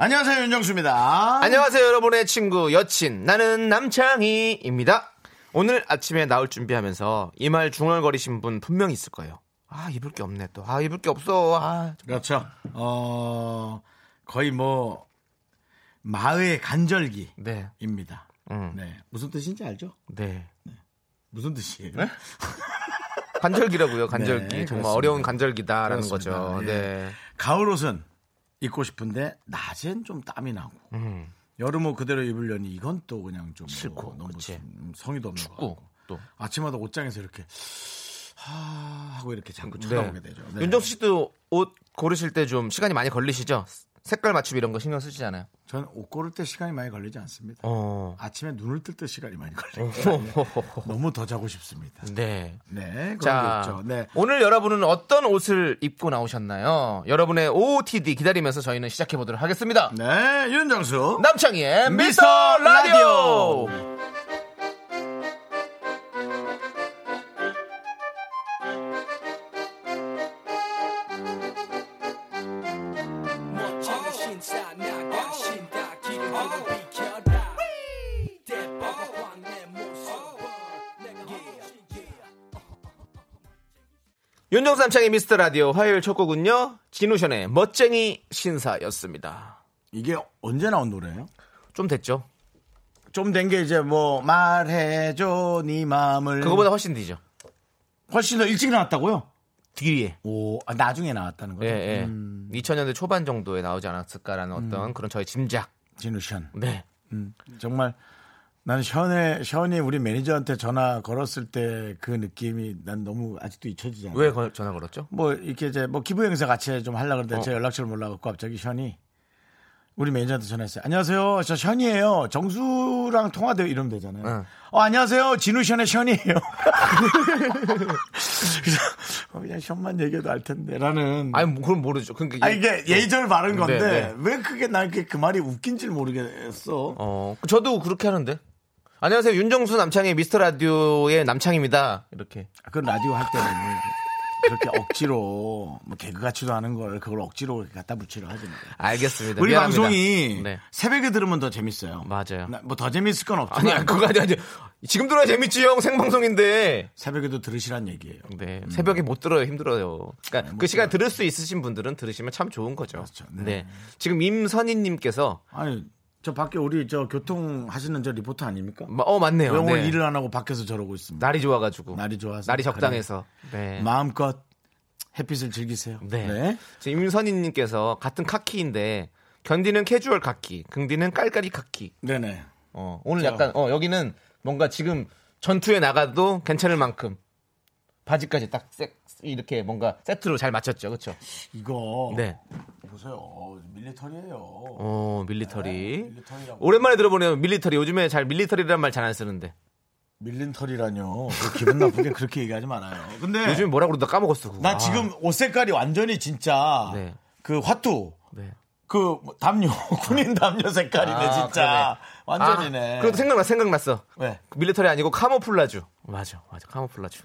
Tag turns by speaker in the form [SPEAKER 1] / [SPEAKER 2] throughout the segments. [SPEAKER 1] 안녕하세요 윤정수입니다.
[SPEAKER 2] 안녕하세요, 여러분의 친구, 여친. 나는 남창희입니다. 오늘 아침에 나올 준비하면서 이 말 중얼거리신 분 분명 있을 거예요. 아, 입을 게 없네, 또. 아, 입을 게 없어. 아,
[SPEAKER 1] 그렇죠. 어 거의 뭐 마의 간절기입니다.
[SPEAKER 2] 네. 음.
[SPEAKER 1] 네 무슨 뜻인지 알죠?
[SPEAKER 2] 네.
[SPEAKER 1] 무슨 뜻이에요?
[SPEAKER 2] 간절기라고요, 간절기.
[SPEAKER 1] 네,
[SPEAKER 2] 정말
[SPEAKER 1] 그렇습니다.
[SPEAKER 2] 어려운 간절기다라는
[SPEAKER 1] 그렇습니다.
[SPEAKER 2] 거죠.
[SPEAKER 1] 예.
[SPEAKER 2] 네.
[SPEAKER 1] 가을 옷은 입고 싶은데 낮엔 좀 땀이 나고
[SPEAKER 2] 음,
[SPEAKER 1] 여름 옷 그대로 입으려니 이건 또 그냥 좀뭐
[SPEAKER 2] 싫고,
[SPEAKER 1] 너무
[SPEAKER 2] 그치.
[SPEAKER 1] 좀 성의도 없는 것
[SPEAKER 2] 축구.
[SPEAKER 1] 같고
[SPEAKER 2] 또.
[SPEAKER 1] 아침마다 옷장에서 이렇게 하 하고 이렇게 자꾸
[SPEAKER 2] 네.
[SPEAKER 1] 쳐다보게 되죠. 네.
[SPEAKER 2] 윤정수 씨도 옷 고르실 때 좀 시간이 많이 걸리시죠? 색깔 맞춤 이런 거 신경 쓰시잖아요.
[SPEAKER 1] 저는 옷 고를 때 시간이 많이 걸리지 않습니다.
[SPEAKER 2] 어.
[SPEAKER 1] 아침에 눈을 뜰 때 시간이 많이 걸립니다. 너무 더 자고 싶습니다.
[SPEAKER 2] 네.
[SPEAKER 1] 네, 그런
[SPEAKER 2] 자,
[SPEAKER 1] 게 있죠. 네.
[SPEAKER 2] 오늘 여러분은 어떤 옷을 입고 나오셨나요? 여러분의 OOTD 기다리면서 저희는 시작해 보도록 하겠습니다.
[SPEAKER 1] 네, 윤정수.
[SPEAKER 2] 남창희의 미스터
[SPEAKER 1] 미스터 라디오.
[SPEAKER 2] 라디오! 윤정수 남창희 미스터 라디오 화요일 첫 곡은요, 진우션의 멋쟁이 신사였습니다.
[SPEAKER 1] 이게 언제 나온 노래예요?
[SPEAKER 2] 좀 됐죠?
[SPEAKER 1] 좀 된 게 이제 뭐 말해줘 네 마음을
[SPEAKER 2] 그거보다 훨씬 뒤죠.
[SPEAKER 1] 훨씬 더 일찍 나왔다고요?
[SPEAKER 2] 뒤에.
[SPEAKER 1] 오, 아, 나중에 나왔다는 음,
[SPEAKER 2] 예,
[SPEAKER 1] 거예요.
[SPEAKER 2] 예. 2000년대 초반 정도에 나오지 않았을까라는
[SPEAKER 1] 음.
[SPEAKER 2] 어떤 그런 저의 짐작.
[SPEAKER 1] 진우션.
[SPEAKER 2] 네.
[SPEAKER 1] 음, 정말 난 션의 션이 우리 매니저한테 전화 걸었을 때 그 느낌이 난 너무 아직도 잊혀지지 않아.
[SPEAKER 2] 왜 걸- 전화 걸었죠?
[SPEAKER 1] 뭐 이렇게 이제 뭐 기부 행사 같이 좀 하려고 그러는데
[SPEAKER 2] 어.
[SPEAKER 1] 제 연락처를 몰라갖고 갑자기 션이 우리 매니저한테 전화했어요. 안녕하세요. 저 션이에요. 정수랑 통화돼요. 이러면 되잖아요.
[SPEAKER 2] 응.
[SPEAKER 1] 어, 안녕하세요. 진우 션의 션이에요. 그래서 어, 그냥 션만 얘기해도 알 텐데. 라는.
[SPEAKER 2] 아니, 뭐 그건 모르죠. 그러니까
[SPEAKER 1] 아 이게 예의절 바른 건데
[SPEAKER 2] 네, 네.
[SPEAKER 1] 왜 그게 난 그게 그 말이 웃긴지 모르겠어.
[SPEAKER 2] 어, 저도 그렇게 하는데. 안녕하세요. 윤정수 남창희 미스터 라디오의 남창입니다. 이렇게.
[SPEAKER 1] 아, 그건 라디오 할 때는 뭐 그렇게 억지로 뭐 개그 같지도 않은 걸 그걸 억지로 갖다 붙이려 하지 뭐. 마.
[SPEAKER 2] 알겠습니다.
[SPEAKER 1] 우리
[SPEAKER 2] 네, 미안합니다.
[SPEAKER 1] 방송이
[SPEAKER 2] 네.
[SPEAKER 1] 새벽에 들으면 더 재밌어요.
[SPEAKER 2] 맞아요.
[SPEAKER 1] 뭐 더 재밌을 건 없지만
[SPEAKER 2] 아니, 아니, 그거 아니, 아니. 지금 들어야 재밌지, 형. 생방송인데.
[SPEAKER 1] 새벽에도 들으시란 얘기예요.
[SPEAKER 2] 네. 새벽에 못 들어요. 힘들어요. 그러니까 그 시간 들을 수 있으신 분들은 들으시면 참 좋은 거죠.
[SPEAKER 1] 네, 그렇죠.
[SPEAKER 2] 네.
[SPEAKER 1] 네.
[SPEAKER 2] 지금 임선희 님께서
[SPEAKER 1] 아니 저 밖에 우리 저 교통 하시는 저 리포터 아닙니까?
[SPEAKER 2] 어, 맞네요.
[SPEAKER 1] 왜 오늘
[SPEAKER 2] 네.
[SPEAKER 1] 일을 안 하고 밖에서 저러고 있습니다.
[SPEAKER 2] 날이 좋아 가지고.
[SPEAKER 1] 날이 좋아서
[SPEAKER 2] 날이 적당해서. 네.
[SPEAKER 1] 마음껏 햇빛을 즐기세요.
[SPEAKER 2] 네. 지금 임선희님께서 같은 카키인데 견디는 캐주얼 카키, 긍디는 깔깔이 카키.
[SPEAKER 1] 네, 네.
[SPEAKER 2] 어, 오늘 약간 어, 여기는 뭔가 지금 전투에 나가도 괜찮을 만큼 바지까지 딱 세- 이렇게 뭔가 세트로 잘 맞췄죠, 그렇죠?
[SPEAKER 1] 이거
[SPEAKER 2] 네.
[SPEAKER 1] 보세요. 밀리터리예요.
[SPEAKER 2] 어, 밀리터리.
[SPEAKER 1] 네, 밀리터리라고.
[SPEAKER 2] 오랜만에 들어보네요, 밀리터리. 요즘에 잘 밀리터리란 말 잘 안 쓰는데
[SPEAKER 1] 밀린 털이라뇨. 그 기분 나쁘게 그렇게 얘기하지 말아요. 근데
[SPEAKER 2] 요즘 에 뭐라 그러다 까먹었어. 그거.
[SPEAKER 1] 네. 나
[SPEAKER 2] 아,
[SPEAKER 1] 지금 옷 색깔이 완전히 진짜
[SPEAKER 2] 네.
[SPEAKER 1] 그 화투
[SPEAKER 2] 네.
[SPEAKER 1] 그 담요 군인 담요 색깔이네
[SPEAKER 2] 아,
[SPEAKER 1] 진짜
[SPEAKER 2] 아,
[SPEAKER 1] 완전이네.
[SPEAKER 2] 그래도 생각나 생각났어.
[SPEAKER 1] 왜?
[SPEAKER 2] 그 밀리터리 아니고 카모플라주. 맞아, 맞아, 카모플라주.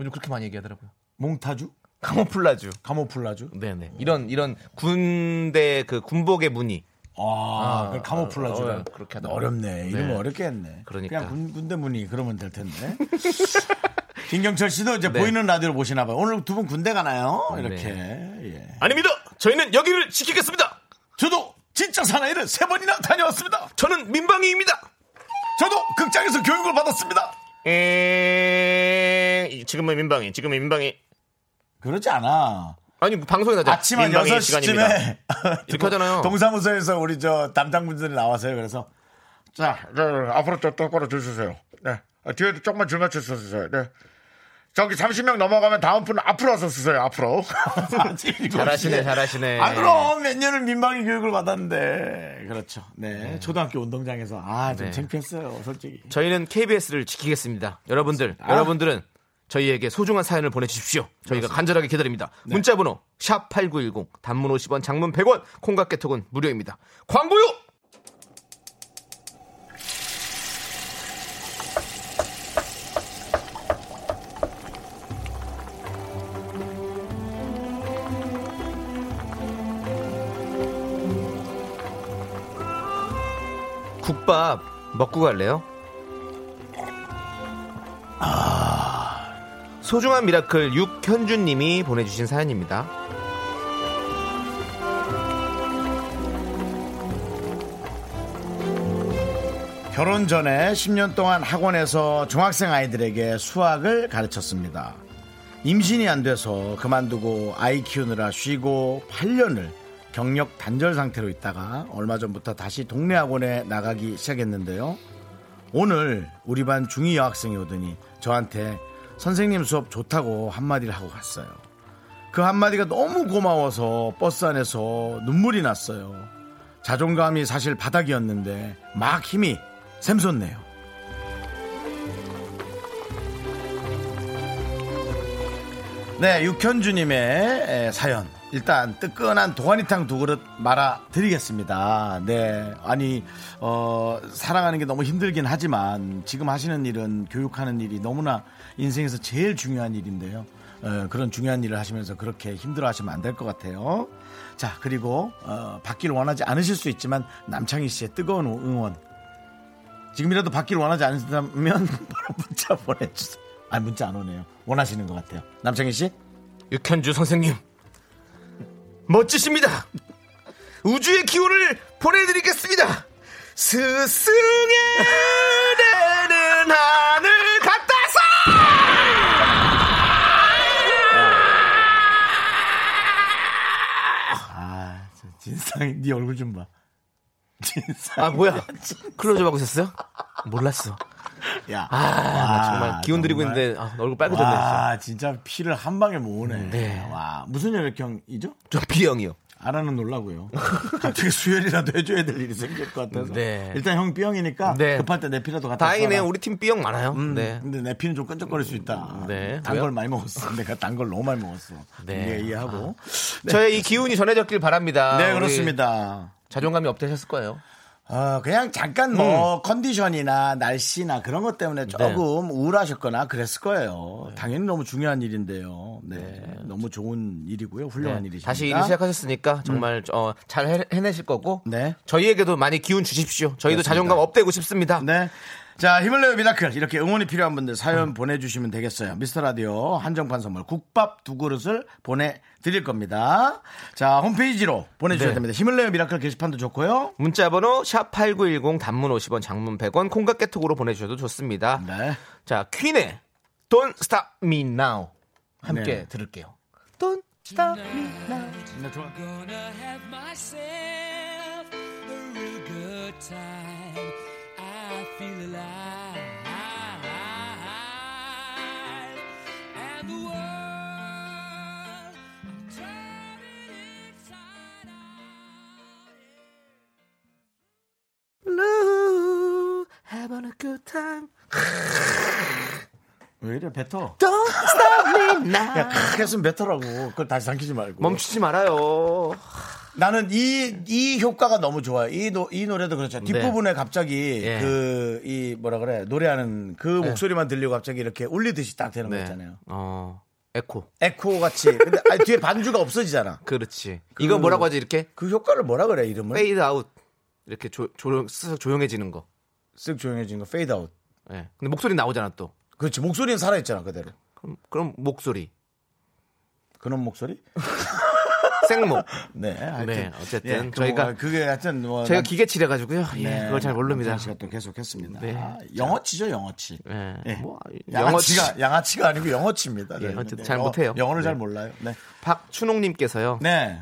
[SPEAKER 2] 요즘 그렇게 많이 얘기하더라고요.
[SPEAKER 1] 몽타주?
[SPEAKER 2] 카모플라주.
[SPEAKER 1] 카모플라주?
[SPEAKER 2] 네네. 이런 이런 군대 그 군복의 무늬.
[SPEAKER 1] 아, 그
[SPEAKER 2] 어,
[SPEAKER 1] 카모플라주라.
[SPEAKER 2] 그렇게 하더라고요.
[SPEAKER 1] 어렵네. 이름
[SPEAKER 2] 네.
[SPEAKER 1] 어렵게 했네.
[SPEAKER 2] 그러니까.
[SPEAKER 1] 냥 군, 군대 문이 그러면 될 텐데. 김경철 씨도 이제
[SPEAKER 2] 네.
[SPEAKER 1] 보이는 라디오를 보시나 봐요. 오늘 두 분 군대 가나요?
[SPEAKER 2] 네.
[SPEAKER 1] 이렇게. 예.
[SPEAKER 2] 아닙니다. 저희는 여기를 지키겠습니다.
[SPEAKER 1] 저도 진짜 사나이를 세 번이나 다녀왔습니다.
[SPEAKER 2] 저는 민방위입니다.
[SPEAKER 1] 저도 극장에서 교육을 받았습니다.
[SPEAKER 2] 에... 지금은 민방위. 지금은 민방위.
[SPEAKER 1] 그러지 않아.
[SPEAKER 2] 아니 방송에 나죠.
[SPEAKER 1] 아침 한
[SPEAKER 2] 민방위
[SPEAKER 1] 네, 6시쯤에
[SPEAKER 2] 이렇게 하잖아요.
[SPEAKER 1] 동사무소에서 우리 저 담당분들이 나와서요. 그래서 자, 네, 앞으로 저 똑바로 주세요. 네. 아, 뒤에도 조금만 줄 맞춰 주세요. 네.
[SPEAKER 3] 저기 30명 넘어가면 다음 분 앞으로 와서 쓰세요. 앞으로.
[SPEAKER 2] 잘하시네, 잘하시네.
[SPEAKER 1] 아 그럼 몇 년을 민방위 교육을 받았는데 그렇죠. 네, 초등학교 운동장에서 아좀
[SPEAKER 2] 네.
[SPEAKER 1] 창피했어요 솔직히.
[SPEAKER 2] 저희는 KBS를 지키겠습니다. 여러분들, 여러분들은 저희에게 소중한 사연을 보내주십시오. 저희가 간절하게 기다립니다. 네. 문자번호 샵 #8910 단문 50원, 장문 100원, 콩과 깨톡은 무료입니다. 광고요. 국밥 먹고 갈래요? 소중한 미라클 육현준 님이 보내주신 사연입니다.
[SPEAKER 1] 결혼 전에 10년 동안 학원에서 중학생 아이들에게 수학을 가르쳤습니다. 임신이 안 돼서 그만두고 아이 키우느라 쉬고 8년을 경력 단절 상태로 있다가 얼마 전부터 다시 동네 학원에 나가기 시작했는데요. 오늘 우리 반 중2 여학생이 오더니 저한테 선생님 수업 좋다고 한마디를 하고 갔어요. 그 한마디가 너무 고마워서 버스 안에서 눈물이 났어요. 자존감이 사실 바닥이었는데 막 힘이 샘솟네요. 네, 육현주님의 에, 사연. 일단 뜨끈한 도가니탕 두 그릇 말아 드리겠습니다. 네, 아니 어, 사랑하는 게 너무 힘들긴 하지만 지금 하시는 일은 교육하는 일이 너무나 인생에서 제일 중요한 일인데요. 에, 그런 중요한 일을 하시면서 그렇게 힘들어하시면 안 될 것 같아요. 자, 그리고 어, 받기를 원하지 않으실 수 있지만 남창희 씨의 뜨거운 응원 지금이라도 받기를 원하지 않으신다면 바로 문자 보내주세요. 아 문자 안 오네요. 원하시는 것 같아요. 남창희 씨?
[SPEAKER 2] 육현주 선생님 멋지십니다 우주의 기운을 보내드리겠습니다 스승의 내는 하늘 같다서
[SPEAKER 1] 아 저 진상 네 얼굴 좀 봐. 진상.
[SPEAKER 2] 아 뭐야 클로즈업 하고 있었어요? 몰랐어
[SPEAKER 1] 야.
[SPEAKER 2] 아, 나 정말 기운 들이고
[SPEAKER 1] 정말.
[SPEAKER 2] 있는데 아, 얼굴 빨개졌네 진짜.
[SPEAKER 1] 와 진짜 피를 한 방에 모으네.
[SPEAKER 2] 네.
[SPEAKER 1] 와 무슨 혈액형이죠?
[SPEAKER 2] 저 B형이요
[SPEAKER 1] 알아는 놀라고요. 갑자기 수혈이라도 해줘야 될 일이 생길 것 같아서.
[SPEAKER 2] 네.
[SPEAKER 1] 일단 형 B형이니까
[SPEAKER 2] 네.
[SPEAKER 1] 급할 때 내 피라도 갖다.
[SPEAKER 2] 다행이네요
[SPEAKER 1] 써라.
[SPEAKER 2] 우리 팀 B형 많아요 네.
[SPEAKER 1] 근데 내 피는 좀 끈적거릴 수 있다.
[SPEAKER 2] 네.
[SPEAKER 1] 단
[SPEAKER 2] 왜요?
[SPEAKER 1] 걸 많이 먹었어. 내가 단 걸 너무 많이 먹었어.
[SPEAKER 2] 네. 아.
[SPEAKER 1] 네. 이해하고.
[SPEAKER 2] 저의 이 기운이 전해졌길 바랍니다
[SPEAKER 1] 네,
[SPEAKER 2] 우리
[SPEAKER 1] 그렇습니다.
[SPEAKER 2] 자존감이 업되셨을 거예요
[SPEAKER 1] 어, 그냥 잠깐
[SPEAKER 2] 음.
[SPEAKER 1] 뭐 컨디션이나 날씨나 그런 것
[SPEAKER 2] 네.
[SPEAKER 1] 때문에 조금 우울하셨거나 그랬을 거예요. 당연히 너무 중요한 일인데요. 네. 너무 좋은 일이고요. 훌륭한
[SPEAKER 2] 네,
[SPEAKER 1] 일이십니다. 음.
[SPEAKER 2] 다시 일을 시작하셨으니까 정말 어, 잘 해- 해내실 거고
[SPEAKER 1] 네.
[SPEAKER 2] 저희에게도 많이 기운 주십시오. 저희도
[SPEAKER 1] 그렇습니다.
[SPEAKER 2] 자존감 업되고 싶습니다.
[SPEAKER 1] 네. 자, 힘을 내요 미라클. 이렇게 응원이 필요한 분들 사연
[SPEAKER 2] 음.
[SPEAKER 1] 보내주시면 되겠어요. 미스터 라디오 한정판 선물 국밥 두 그릇을 보내드릴 겁니다. 자, 홈페이지로 보내주셔야
[SPEAKER 2] 네.
[SPEAKER 1] 됩니다. 힘을 내요 미라클 게시판도 좋고요.
[SPEAKER 2] 문자번호 샵 #8910 단문 50원, 장문 100원, 콩깍 개톡으로 보내주셔도 좋습니다.
[SPEAKER 1] 네.
[SPEAKER 2] 자 퀸의 Don't Stop Me Now 함께
[SPEAKER 1] 네.
[SPEAKER 2] 들을게요. Don't Stop Me Now.
[SPEAKER 4] Gonna have myself a real good time. I feel alive. And the world, I'm turning inside out.
[SPEAKER 2] Blue, having a good time.
[SPEAKER 1] 왜 이래, 뱉어.
[SPEAKER 2] Don't Stop Me Now.
[SPEAKER 1] 야, 크게 했으면 뱉으라고. 그걸 다시 삼키지 말고.
[SPEAKER 2] 멈추지 말아요.
[SPEAKER 1] 나는 이, 이 효과가 너무 좋아요. 이, 노, 이 노래도 그렇죠. 뒷부분에 갑자기
[SPEAKER 2] 네. 예. 네.
[SPEAKER 1] 그, 이 뭐라 그래, 노래하는 그 목소리만 들리고 갑자기 이렇게 울리듯이 딱 되는 거 있잖아요.
[SPEAKER 2] 어 에코.
[SPEAKER 1] 에코 같이. 근데 아니, 뒤에 반주가 없어지잖아.
[SPEAKER 2] 그렇지. 이거 뭐라고 하지 이렇게?
[SPEAKER 1] 그 효과를 뭐라 그래, 이름을?
[SPEAKER 2] 페이드 아웃 이렇게 조, 조용 스스로 조용해지는 거.
[SPEAKER 1] 쓱 조용해진 거, 페이드 아웃.
[SPEAKER 2] 예. 근데 목소리 나오잖아 또.
[SPEAKER 1] 그렇지. 목소리는 살아있잖아, 그대로.
[SPEAKER 2] 그럼, 그럼 목소리
[SPEAKER 1] 그런 목소리?
[SPEAKER 2] 생목.
[SPEAKER 1] 네. 하여튼.
[SPEAKER 2] 네, 어쨌든
[SPEAKER 1] 예, 그
[SPEAKER 2] 저희가-
[SPEAKER 1] 뭐, 그게 하여튼 뭐.
[SPEAKER 2] 제가
[SPEAKER 1] 남-
[SPEAKER 2] 기계치래 가지고요. 예,
[SPEAKER 1] 네,
[SPEAKER 2] 그걸 잘 모릅니다.
[SPEAKER 1] 남창희 씨가 또 계속했습니다.
[SPEAKER 2] 네.
[SPEAKER 1] 아, 영어치죠, 영어치.
[SPEAKER 2] 예.
[SPEAKER 1] 예.
[SPEAKER 2] 뭐 영어치.
[SPEAKER 1] 양아치가 양아치가 아니고 영어치입니다. 저희는.
[SPEAKER 2] 어쨌든
[SPEAKER 1] 네,
[SPEAKER 2] 예, 잘
[SPEAKER 1] 영어-
[SPEAKER 2] 못해요.
[SPEAKER 1] 영어를
[SPEAKER 2] 네.
[SPEAKER 1] 잘 몰라요. 네.
[SPEAKER 2] 박춘옥님께서요.
[SPEAKER 1] 네.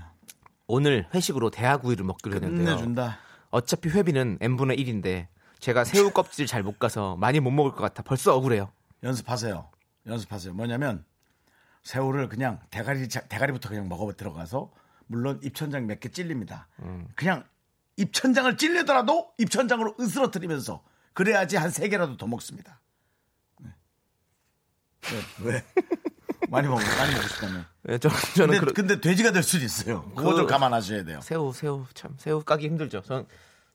[SPEAKER 2] 오늘 회식으로 대하구이를 먹기로 했는데요.
[SPEAKER 1] 끝내준다.
[SPEAKER 2] 어차피 회비는 n 분의 1인데 제가 새우 껍질 잘 못 가서 많이 못 먹을 것 같아 벌써 억울해요.
[SPEAKER 1] 연습하세요. 연습하세요. 뭐냐면 새우를 그냥 대가리 자- 대가리부터 그냥 먹어 들어가서 물론 입천장 몇 개 찔립니다.
[SPEAKER 2] 음.
[SPEAKER 1] 그냥 입천장을 찔리더라도 입천장으로 으스러뜨리면서 그래야지 한 세 개라도 더 먹습니다. 네. 왜? 왜? 많이 먹 많이 먹고 싶다면.
[SPEAKER 2] 예, 저,
[SPEAKER 1] 근데,
[SPEAKER 2] 저는 그런
[SPEAKER 1] 근데 돼지가 될 수도 있어요. 그거
[SPEAKER 2] 그-
[SPEAKER 1] 좀 감안하셔야 돼요.
[SPEAKER 2] 새우 새우 참 새우 까기 힘들죠. 저는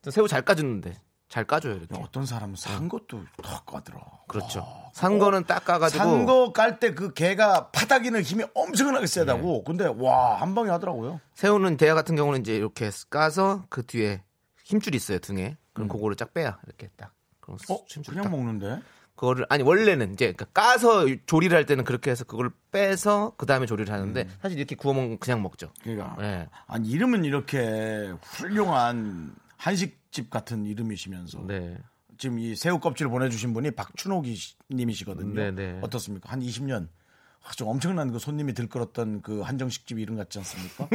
[SPEAKER 2] 전 새우 잘 까주는데 잘 까줘요 이렇게.
[SPEAKER 1] 어떤 사람은 산 것도 더 까더라.
[SPEAKER 2] 그렇죠. 산 거는 딱 까가지고
[SPEAKER 1] 산 거 깔 때 그 개가 파닥이는 힘이 엄청나게 세다고. 근데 와 한 방에 하더라고요.
[SPEAKER 2] 새우는 대하 같은 경우는 이제 이렇게 까서 그 뒤에 힘줄이 있어요 등에. 그럼 그거를 쫙 빼야 이렇게 딱. 그럼
[SPEAKER 1] 음. 어
[SPEAKER 2] 힘줄
[SPEAKER 1] 그냥
[SPEAKER 2] 딱.
[SPEAKER 1] 먹는데.
[SPEAKER 2] 그거를 아니 원래는 이제 그러니까 까서 조리를 할 때는 그렇게 해서 그걸 빼서 그 다음에 조리를 하는데 사실 이렇게 구워 먹으면 그냥 먹죠.
[SPEAKER 1] 그러니까
[SPEAKER 2] 네.
[SPEAKER 1] 아니 이름은 이렇게 훌륭한 한식집 같은 이름이시면서
[SPEAKER 2] 네.
[SPEAKER 1] 지금 이 새우 껍질 보내주신 분이 박춘옥 님이시거든요.
[SPEAKER 2] 네, 네.
[SPEAKER 1] 어떻습니까? 한 20년. 아주 엄청난 그 손님이 들끓었던 그 한정식집 이름 같지 않습니까?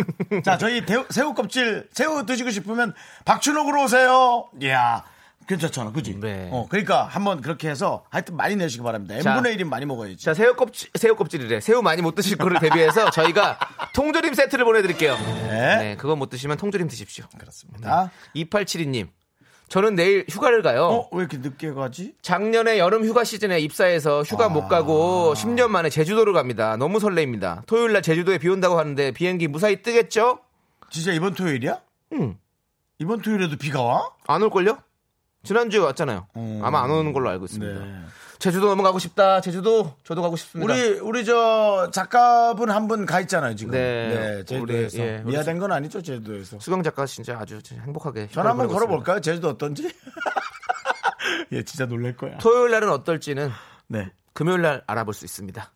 [SPEAKER 1] 자, 저희 대- 새우 껍질, 새우 드시고 싶으면 박춘옥으로 오세요. 이야, 괜찮잖아. 그지?
[SPEAKER 2] 네.
[SPEAKER 1] 어, 그러니까 한번 그렇게 해서 하여튼 많이 내시기 바랍니다.
[SPEAKER 2] 자.
[SPEAKER 1] N분의 1이 많이 먹어야지.
[SPEAKER 2] 자 새우 껍질 새우 껍질이래. 새우 많이 못 드실 거를 대비해서 저희가 통조림 세트를 보내드릴게요.
[SPEAKER 1] 네.
[SPEAKER 2] 그거 못 드시면 통조림 드십시오. 네.
[SPEAKER 1] 그렇습니다.
[SPEAKER 2] 2872님. 저는 내일 휴가를 가요.
[SPEAKER 1] 어, 왜 이렇게 늦게 가지?
[SPEAKER 2] 작년에 여름 휴가 시즌에 입사해서 휴가
[SPEAKER 1] 아.
[SPEAKER 2] 못 가고 10년 만에 제주도를 갑니다. 너무 설레입니다. 토요일 날 제주도에 비 온다고 하는데 비행기 무사히 뜨겠죠?
[SPEAKER 1] 진짜 이번 토요일이야?
[SPEAKER 2] 응.
[SPEAKER 1] 이번 토요일에도 비가 와?
[SPEAKER 2] 안 올걸요? 지난주에 왔잖아요.
[SPEAKER 1] 음. 네.
[SPEAKER 2] 아마 안 오는 걸로 알고 있습니다. 제주도 너무 가고 싶다. 제주도 저도 가고 싶습니다.
[SPEAKER 1] 우리 우리 저 작가분 한 분 가 있잖아요 지금.
[SPEAKER 2] 네.
[SPEAKER 1] 네, 제주도에서
[SPEAKER 2] 우리, 예, 우리
[SPEAKER 1] 미화된 건 아니죠 제주도에서.
[SPEAKER 2] 수경 작가 진짜 아주 행복하게.
[SPEAKER 1] 전화 한번
[SPEAKER 2] 휴가를 보내고
[SPEAKER 1] 걸어볼까요?
[SPEAKER 2] 있습니다.
[SPEAKER 1] 제주도 어떤지? 예, 진짜 놀랄 거야.
[SPEAKER 2] 토요일 날은 어떨지는
[SPEAKER 1] 네.
[SPEAKER 2] 금요일 날 알아볼 수 있습니다.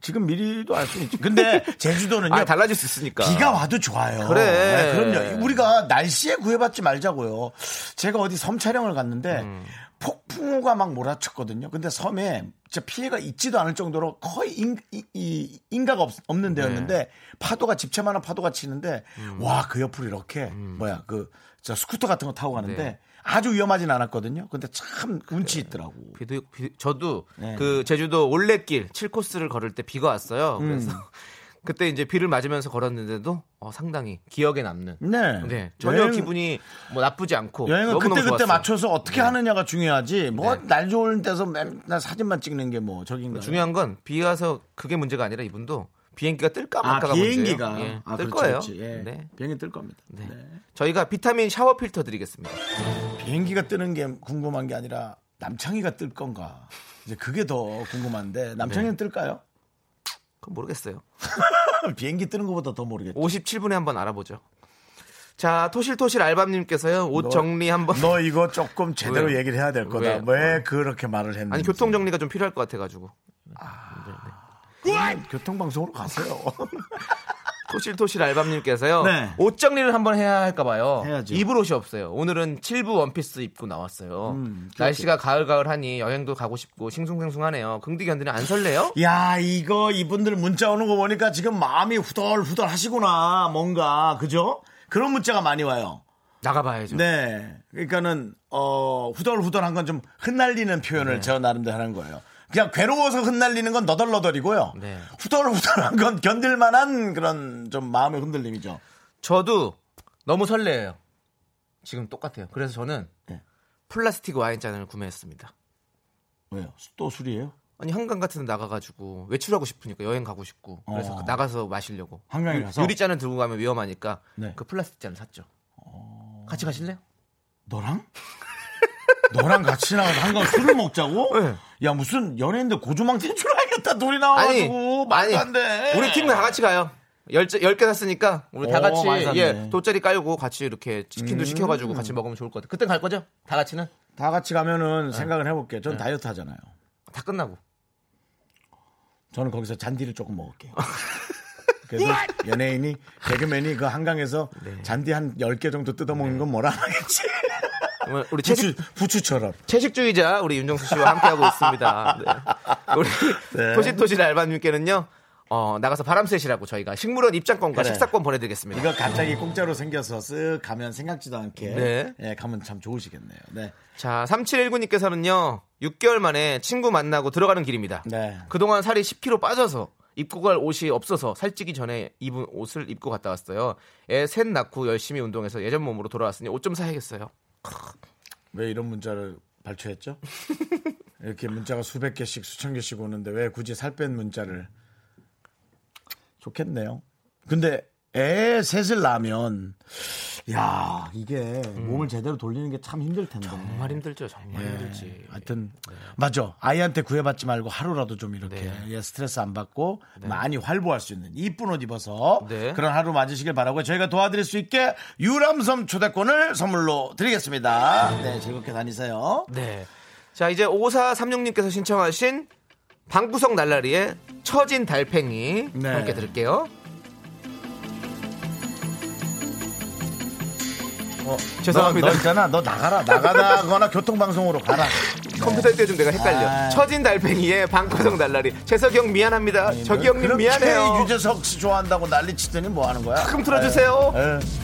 [SPEAKER 1] 지금 미리도 알 수 있지. 근데 제주도는요.
[SPEAKER 2] 아 달라질 수 있으니까.
[SPEAKER 1] 비가 와도 좋아요. 네,
[SPEAKER 2] 그래.
[SPEAKER 1] 그럼요. 우리가 날씨에 구애받지 말자고요. 제가 어디 섬 촬영을 갔는데
[SPEAKER 2] 음.
[SPEAKER 1] 폭풍우가 막 몰아쳤거든요. 근데 섬에 진짜 피해가 있지도 않을 정도로 거의 인, 가가 없, 는 데였는데
[SPEAKER 2] 네.
[SPEAKER 1] 파도가 집채만한 파도가 치는데
[SPEAKER 2] 음.
[SPEAKER 1] 와 그 옆으로 이렇게 뭐야 그 저 스쿠터 같은 거 타고 가는데
[SPEAKER 2] 네.
[SPEAKER 1] 아주 위험하진 않았거든요. 근데 참 운치 있더라고.
[SPEAKER 2] 비도 비- 저도
[SPEAKER 1] 네.
[SPEAKER 2] 그 제주도 올레길 7코스를 걸을 때 비가 왔어요.
[SPEAKER 1] 음.
[SPEAKER 2] 그래서 그때 이제 비를 맞으면서 걸었는데도 어, 상당히 기억에 남는.
[SPEAKER 1] 네.
[SPEAKER 2] 네, 전혀
[SPEAKER 1] 여행-
[SPEAKER 2] 기분이 뭐 나쁘지 않고
[SPEAKER 1] 여행은
[SPEAKER 2] 너무너무
[SPEAKER 1] 그때그때
[SPEAKER 2] 좋았어요. 네.
[SPEAKER 1] 맞춰서 어떻게 하느냐가 중요하지. 뭐 날 좋은 데서 맨날 사진만 찍는 게 뭐 저긴가.
[SPEAKER 2] 그 중요한 건 비 와서 그게 문제가 아니라 이분도 비행기가 뜰까
[SPEAKER 1] 아,
[SPEAKER 2] 말까가
[SPEAKER 1] 비행기가
[SPEAKER 2] 문제예요. 예,
[SPEAKER 1] 아,
[SPEAKER 2] 뜰
[SPEAKER 1] 그렇지,
[SPEAKER 2] 거예요.
[SPEAKER 1] 그렇지. 예.
[SPEAKER 2] 네.
[SPEAKER 1] 비행기 뜰 겁니다.
[SPEAKER 2] 네.
[SPEAKER 1] 네.
[SPEAKER 2] 저희가 비타민 샤워 필터 드리겠습니다.
[SPEAKER 1] 비행기가 뜨는 게 궁금한 게 아니라 남창희가 뜰 건가. 이제 그게 더 궁금한데 남창희는
[SPEAKER 2] 네.
[SPEAKER 1] 뜰까요?
[SPEAKER 2] 그건 모르겠어요.
[SPEAKER 1] 비행기 뜨는 것보다 더 모르겠다.
[SPEAKER 2] 57분에 한번 알아보죠. 자, 토실토실 알밤님께서요. 옷 정리 한번.
[SPEAKER 1] 너 이거 조금 제대로
[SPEAKER 2] 왜요?
[SPEAKER 1] 얘기를 해야 될 거다.
[SPEAKER 2] 왜요? 어.
[SPEAKER 1] 왜, 그렇게 말을 했는지.
[SPEAKER 2] 아니, 교통 정리가 좀 필요할 것 같아가지고.
[SPEAKER 1] 교통방송으로 가세요.
[SPEAKER 2] 토실토실 알밤님께서요.
[SPEAKER 1] 네.
[SPEAKER 2] 옷 정리를 한번 해야 할까봐요.
[SPEAKER 1] 해야죠.
[SPEAKER 2] 입을 옷이 없어요. 오늘은 7부 원피스 입고 나왔어요.
[SPEAKER 1] 음,
[SPEAKER 2] 날씨가 가을가을하니 여행도 가고 싶고 싱숭생숭하네요. 긍디 견디는 안 설레요?
[SPEAKER 1] 야, 이거 이분들 문자 오는 거 보니까 지금 마음이 후덜후덜 하시구나. 뭔가. 그죠? 그런 문자가 많이 와요.
[SPEAKER 2] 나가봐야죠.
[SPEAKER 1] 네. 그러니까는 어 후덜후덜한 건 좀 흩날리는 표현을 저 나름대로 하는 거예요. 그냥 괴로워서 흩날리는 건 너덜너덜이고요.
[SPEAKER 2] 네.
[SPEAKER 1] 후덜후덜한 건 견딜만한 그런 좀 마음의 흔들림이죠.
[SPEAKER 2] 저도 너무 설레요. 지금 똑같아요. 그래서 저는
[SPEAKER 1] 네.
[SPEAKER 2] 플라스틱 와인잔을 구매했습니다.
[SPEAKER 1] 왜요? 또 술이에요?
[SPEAKER 2] 아니 한강 같은 데 나가가지고 외출하고 싶으니까 여행 가고 싶고 그래서
[SPEAKER 1] 어.
[SPEAKER 2] 나가서 마시려고
[SPEAKER 1] 한강에
[SPEAKER 2] 유-
[SPEAKER 1] 가서?
[SPEAKER 2] 유리잔을 들고 가면 위험하니까
[SPEAKER 1] 네.
[SPEAKER 2] 그 플라스틱 잔을 샀죠. 같이 가실래요?
[SPEAKER 1] 너랑? 너랑 같이 나가서 한강 술을 먹자고?
[SPEAKER 2] 네.
[SPEAKER 1] 야 무슨 연예인들 고조망 대출하겠다 돈이 나와가지고 아, 말도 안 돼.
[SPEAKER 2] 우리 팀 다 같이 가요. 열개 샀으니까 우리 다
[SPEAKER 1] 오,
[SPEAKER 2] 같이
[SPEAKER 1] 많이 샀네. 음.
[SPEAKER 2] 예 돗자리 깔고 같이 이렇게 치킨도 시켜가지고 같이 먹으면 좋을 것 같아. 그때 갈 거죠? 다 같이는
[SPEAKER 1] 다 같이 가면은
[SPEAKER 2] 네.
[SPEAKER 1] 생각을 해볼게요. 전 다이어트 하잖아요.
[SPEAKER 2] 다 끝나고.
[SPEAKER 1] 저는 거기서 잔디를 조금 먹을게요. 그래서 연예인이 개그맨이 그 한강에서
[SPEAKER 2] 네.
[SPEAKER 1] 잔디 한 10개 정도 뜯어먹는 건 뭐라 하겠지.
[SPEAKER 2] 정말 우리 채식
[SPEAKER 1] 부추, 부추처럼.
[SPEAKER 2] 채식주의자
[SPEAKER 1] 네.
[SPEAKER 2] 우리 윤정수 씨와 함께하고 있습니다. 네. 우리 토시토시 알바님께는요. 어, 나가서 바람 쐬시라고 저희가 식물원 입장권과
[SPEAKER 1] 그래.
[SPEAKER 2] 식사권 보내드리겠습니다.
[SPEAKER 1] 이거 갑자기 공짜로 생겨서 쓱 가면 생각지도 않게
[SPEAKER 2] 네.
[SPEAKER 1] 예, 가면 참 좋으시겠네요. 네.
[SPEAKER 2] 자, 3719님께서는요, 6개월 만에 친구 만나고 들어가는 길입니다.
[SPEAKER 1] 네.
[SPEAKER 2] 그동안 살이 10kg 빠져서 입고 갈 옷이 없어서 살찌기 전에 입은 옷을 입고 갔다 왔어요. 애 셋 낳고 열심히 운동해서 예전 몸으로 돌아왔으니 옷 좀 사야겠어요.
[SPEAKER 1] 왜 이런 문자를 발표했죠? 이렇게 문자가 수백 개씩 수천 개씩 오는데 왜 굳이 살 뺀 문자를 좋겠네요. 근데 애 셋을 낳으면 야 이게 몸을 제대로 돌리는 게 음. 참 네. 힘들 텐데.
[SPEAKER 2] 정말 힘들죠,
[SPEAKER 1] 네.
[SPEAKER 2] 정말 힘들지.
[SPEAKER 1] 하여튼 맞아 아이한테 구애받지 말고 하루라도 좀 이렇게 예, 스트레스 안 받고 많이 활보할 수 있는 이쁜 옷 입어서
[SPEAKER 2] 네.
[SPEAKER 1] 그런 하루 맞으시길 바라고요 저희가 도와드릴 수 있게 유람섬 초대권을 선물로 드리겠습니다 네 즐겁게 다니세요
[SPEAKER 2] 네. 자, 이제 5436님께서 신청하신 방구석 날라리의 처진 달팽이
[SPEAKER 1] 네.
[SPEAKER 2] 함께 들을게요.
[SPEAKER 1] 어,
[SPEAKER 2] 죄송합니다.
[SPEAKER 1] 너, 너 있잖아 너 나가라 나가거나 교통방송으로 가라
[SPEAKER 2] 컴퓨터 때 좀 내가 헷갈려.
[SPEAKER 1] 아.
[SPEAKER 2] 처진 달팽이의 방구석 날라리. 재석이 형 미안합니다. 저기 형님
[SPEAKER 1] 네, 그렇게
[SPEAKER 2] 미안해요.
[SPEAKER 1] 유재석 씨 좋아한다고 난리 치더니 뭐 하는 거야 예.
[SPEAKER 2] 조금 틀어주세요.
[SPEAKER 1] 에.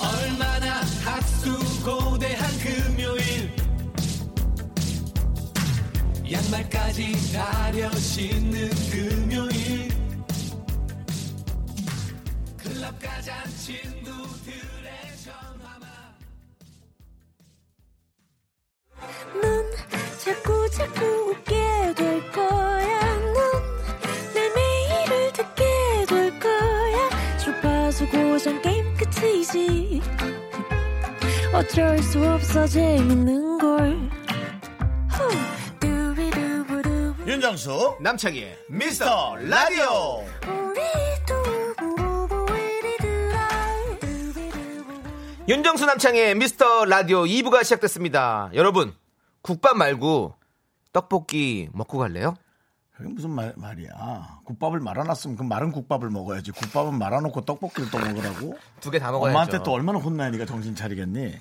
[SPEAKER 4] 얼마나 학수 고대한 금요일 양말까지 가려 신는 금요일 클럽 가잔 친구들의 전화만
[SPEAKER 5] 넌 자꾸 자꾸 웃게 될 거야. 넌내 매일을 듣게 될 거야. 주파수 고정 게임 끝이지. 어쩔 수 없어 재밌는 걸. 후. 두비두부두.
[SPEAKER 1] 윤정수
[SPEAKER 2] 남창희의
[SPEAKER 1] 미스터 라디오
[SPEAKER 5] 우리 두부부부 우리 두라. 두비두부부.
[SPEAKER 2] 윤정수 남창의 미스터 라디오 2부가 시작됐습니다. 여러분, 국밥 말고 떡볶이 먹고 갈래요?
[SPEAKER 1] 그게 무슨 말, 말이야. 국밥을 말아놨으면 그 마른 국밥을 먹어야지. 국밥은 말아놓고 떡볶이를 또 먹으라고?
[SPEAKER 2] 두 개 다 먹어야죠.
[SPEAKER 1] 엄마한테 또 얼마나 혼나야 니가 정신 차리겠니?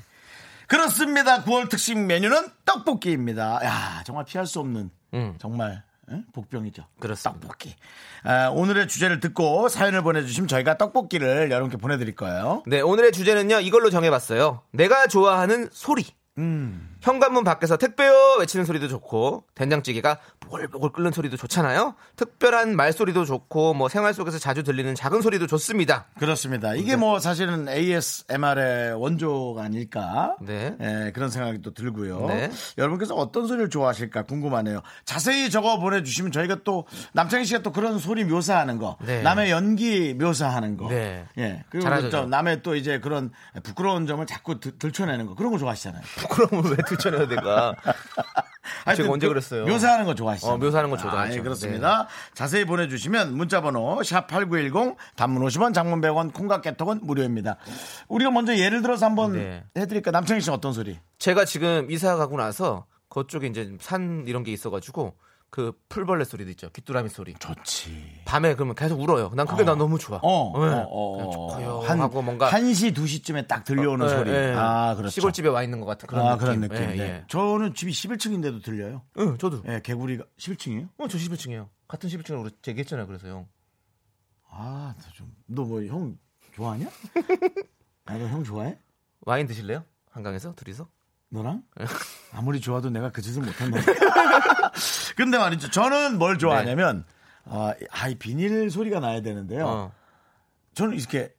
[SPEAKER 1] 그렇습니다. 9월 특식 메뉴는 떡볶이입니다. 야 정말 피할 수 없는
[SPEAKER 2] 음.
[SPEAKER 1] 정말 응? 복병이죠.
[SPEAKER 2] 그렇습니다.
[SPEAKER 1] 떡볶이. 아, 오늘의 주제를 듣고 사연을 보내주시면 저희가 떡볶이를 여러분께 보내드릴 거예요.
[SPEAKER 2] 네, 오늘의 주제는요. 이걸로 정해봤어요. 내가 좋아하는 소리.
[SPEAKER 1] 음.
[SPEAKER 2] 현관문 밖에서 택배요 외치는 소리도 좋고 된장찌개가 보글보글 끓는 소리도 좋잖아요. 특별한 말소리도 좋고 뭐 생활 속에서 자주 들리는 작은 소리도 좋습니다.
[SPEAKER 1] 그렇습니다. 이게 뭐 사실은 ASMR의 원조가 아닐까
[SPEAKER 2] 네.
[SPEAKER 1] 예, 그런 생각이 또 들고요.
[SPEAKER 2] 네.
[SPEAKER 1] 여러분께서 어떤 소리를 좋아하실까 궁금하네요. 자세히 적어 보내주시면 저희가 또 남창희 씨가 또 그런 소리 묘사하는 거,
[SPEAKER 2] 네.
[SPEAKER 1] 남의 연기 묘사하는 거,
[SPEAKER 2] 네.
[SPEAKER 1] 예 그리고
[SPEAKER 2] 잘하죠,
[SPEAKER 1] 또
[SPEAKER 2] 저.
[SPEAKER 1] 남의 또 이제 그런 부끄러운 점을 자꾸 들- 들춰내는 거 그런 거 좋아하시잖아요.
[SPEAKER 2] 부끄러움을 왜 들춰내야 내가.
[SPEAKER 1] 하여튼
[SPEAKER 2] 제가 언제
[SPEAKER 1] 묘-
[SPEAKER 2] 그랬어요?
[SPEAKER 1] 묘사하는 거 좋아하시죠?
[SPEAKER 2] 어, 묘사하는 거 좋아하죠.
[SPEAKER 1] 예, 그렇습니다. 자세히 보내주시면 문자번호 샵8910 단문 50원 장문 100원 콩과 깨톡은 무료입니다. 우리가 먼저 예를 들어서 한번
[SPEAKER 2] 네.
[SPEAKER 1] 해드릴까? 남창희 씨는 어떤 소리?
[SPEAKER 2] 제가 지금 이사 가고 나서 그쪽에 이제 산 이런 게 있어가지고 그 풀벌레 소리도 있죠. 귀뚜라미 소리.
[SPEAKER 1] 좋지.
[SPEAKER 2] 밤에 그러면 계속 울어요. 난 그게 난 너무 좋아.
[SPEAKER 1] 어, 어,
[SPEAKER 2] 네.
[SPEAKER 1] 어,
[SPEAKER 2] 그냥
[SPEAKER 1] 어.
[SPEAKER 2] 좋고요.
[SPEAKER 1] 한,
[SPEAKER 2] 하고 뭔가
[SPEAKER 1] 1시, 2시쯤에 딱 들려오는
[SPEAKER 2] 예,
[SPEAKER 1] 소리.
[SPEAKER 2] 예.
[SPEAKER 1] 아, 그렇죠.
[SPEAKER 2] 시골집에 와 있는 것 같은 그런
[SPEAKER 1] 아,
[SPEAKER 2] 느낌.
[SPEAKER 1] 그런 느낌.
[SPEAKER 2] 예,
[SPEAKER 1] 네.
[SPEAKER 2] 예.
[SPEAKER 1] 저는 집이 11층인데도 들려요.
[SPEAKER 2] 응, 저도.
[SPEAKER 1] 예, 개구리가 11층이에요?
[SPEAKER 2] 어, 저 11층이에요. 같은 11층으로 우리 얘기했잖아요. 그래서 형.
[SPEAKER 1] 아, 나 좀, 너 뭐 형 좋아하냐? 아, 너형 좋아해?
[SPEAKER 2] 와인 드실래요? 한강에서 둘이서?
[SPEAKER 1] 너랑? 아무리 좋아도 내가 그 짓을 못한다. 근데 말이죠. 저는 뭘 좋아하냐면, 아, 아이 비닐 소리가 나야 되는데요.
[SPEAKER 2] 어.
[SPEAKER 1] 저는 이렇게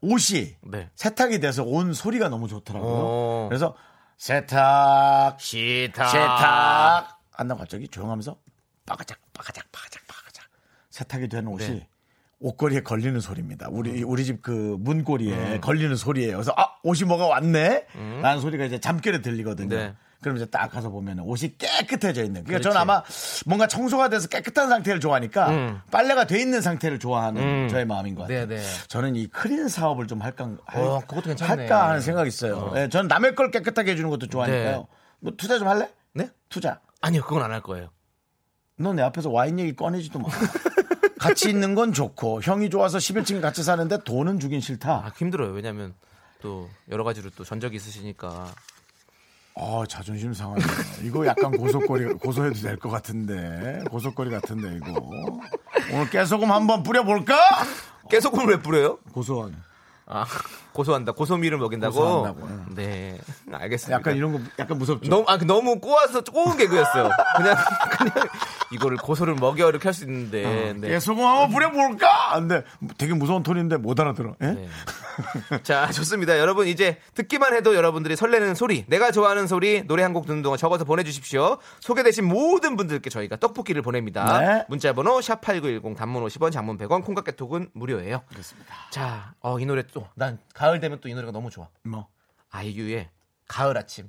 [SPEAKER 1] 옷이
[SPEAKER 2] 네.
[SPEAKER 1] 세탁이 돼서 온 소리가 너무 좋더라고요.
[SPEAKER 2] 어.
[SPEAKER 1] 그래서 세탁,
[SPEAKER 2] 시타.
[SPEAKER 1] 세탁. 안나 갑자기 조용하면서 빠가작, 빠가작, 빠가작, 빠가작. 세탁이 되는 옷이
[SPEAKER 2] 네. 음.
[SPEAKER 1] 옷걸이에 걸리는 소리입니다. 우리 우리 집 그 문고리에 걸리는 소리예요. 그래서 아 옷이 뭐가 왔네. 라는 소리가 이제 잠결에 들리거든요.
[SPEAKER 2] 음. 네.
[SPEAKER 1] 그럼 이제 딱 가서 보면 옷이 깨끗해져 있는. 그러니까 저는 아마 뭔가 청소가 돼서 깨끗한 상태를 좋아하니까 빨래가 돼 있는 상태를 좋아하는 저의 마음인 것 같아요.
[SPEAKER 2] 음. 네, 네.
[SPEAKER 1] 저는 이 크린 사업을 좀 할까 할-
[SPEAKER 2] 어, 그것도 괜찮네.
[SPEAKER 1] 할까 하는 생각이 있어요. 예, 저는 남의 걸 깨끗하게 해주는 것도 좋아하니까요.
[SPEAKER 2] 네.
[SPEAKER 1] 뭐 투자 좀 할래?
[SPEAKER 2] 네?
[SPEAKER 1] 투자.
[SPEAKER 2] 아니요, 그건 안 할 거예요.
[SPEAKER 1] 너 내 앞에서 와인 얘기 꺼내지도 마. 같이 있는 건 좋고 형이 좋아서 11층 같이 사는데 돈은 주긴 싫다.
[SPEAKER 2] 아, 힘들어요. 왜냐면 또 여러 가지로 또 전적이 있으시니까.
[SPEAKER 1] 어, 자존심 상하네. 이거 약간 고소거리, 고소해도 될 것 같은데. 고소거리 같은데, 이거. 오늘 깨소금 한번 뿌려볼까?
[SPEAKER 2] 깨소금을 왜 뿌려요?
[SPEAKER 1] 고소한.
[SPEAKER 2] 아 고소한다. 고소미를 먹인다고.
[SPEAKER 1] 고소한다고,
[SPEAKER 2] 네, 알겠습니다.
[SPEAKER 1] 약간 이런 거, 약간 무섭죠?
[SPEAKER 2] 너무 아 너무 꼬아서 꼬운 개그였어요. 그냥 그냥 이거를 고소를 먹여 이렇게 할 수
[SPEAKER 1] 어,
[SPEAKER 2] 있는데. 네.
[SPEAKER 1] 예, 깨소금 한번 뿌려볼까? 근데 되게 무서운 톤인데 못 알아들어. 예?
[SPEAKER 2] 네. 자, 좋습니다. 여러분, 이제 듣기만 해도 여러분들이 설레는 소리, 내가 좋아하는 소리, 노래 한 곡 듣는 동안 적어서 보내주십시오. 소개되신 모든 분들께 저희가 떡볶이를 보냅니다.
[SPEAKER 1] 네.
[SPEAKER 2] 문자번호 샵8910 단문 50원, 장문 100원, 콩깍개톡은 무료예요. 그렇습니다. 자, 어, 이 노래 또, 난 가을 되면 또 이 노래가 너무 좋아.
[SPEAKER 1] 뭐.
[SPEAKER 2] 아이유의 가을 아침.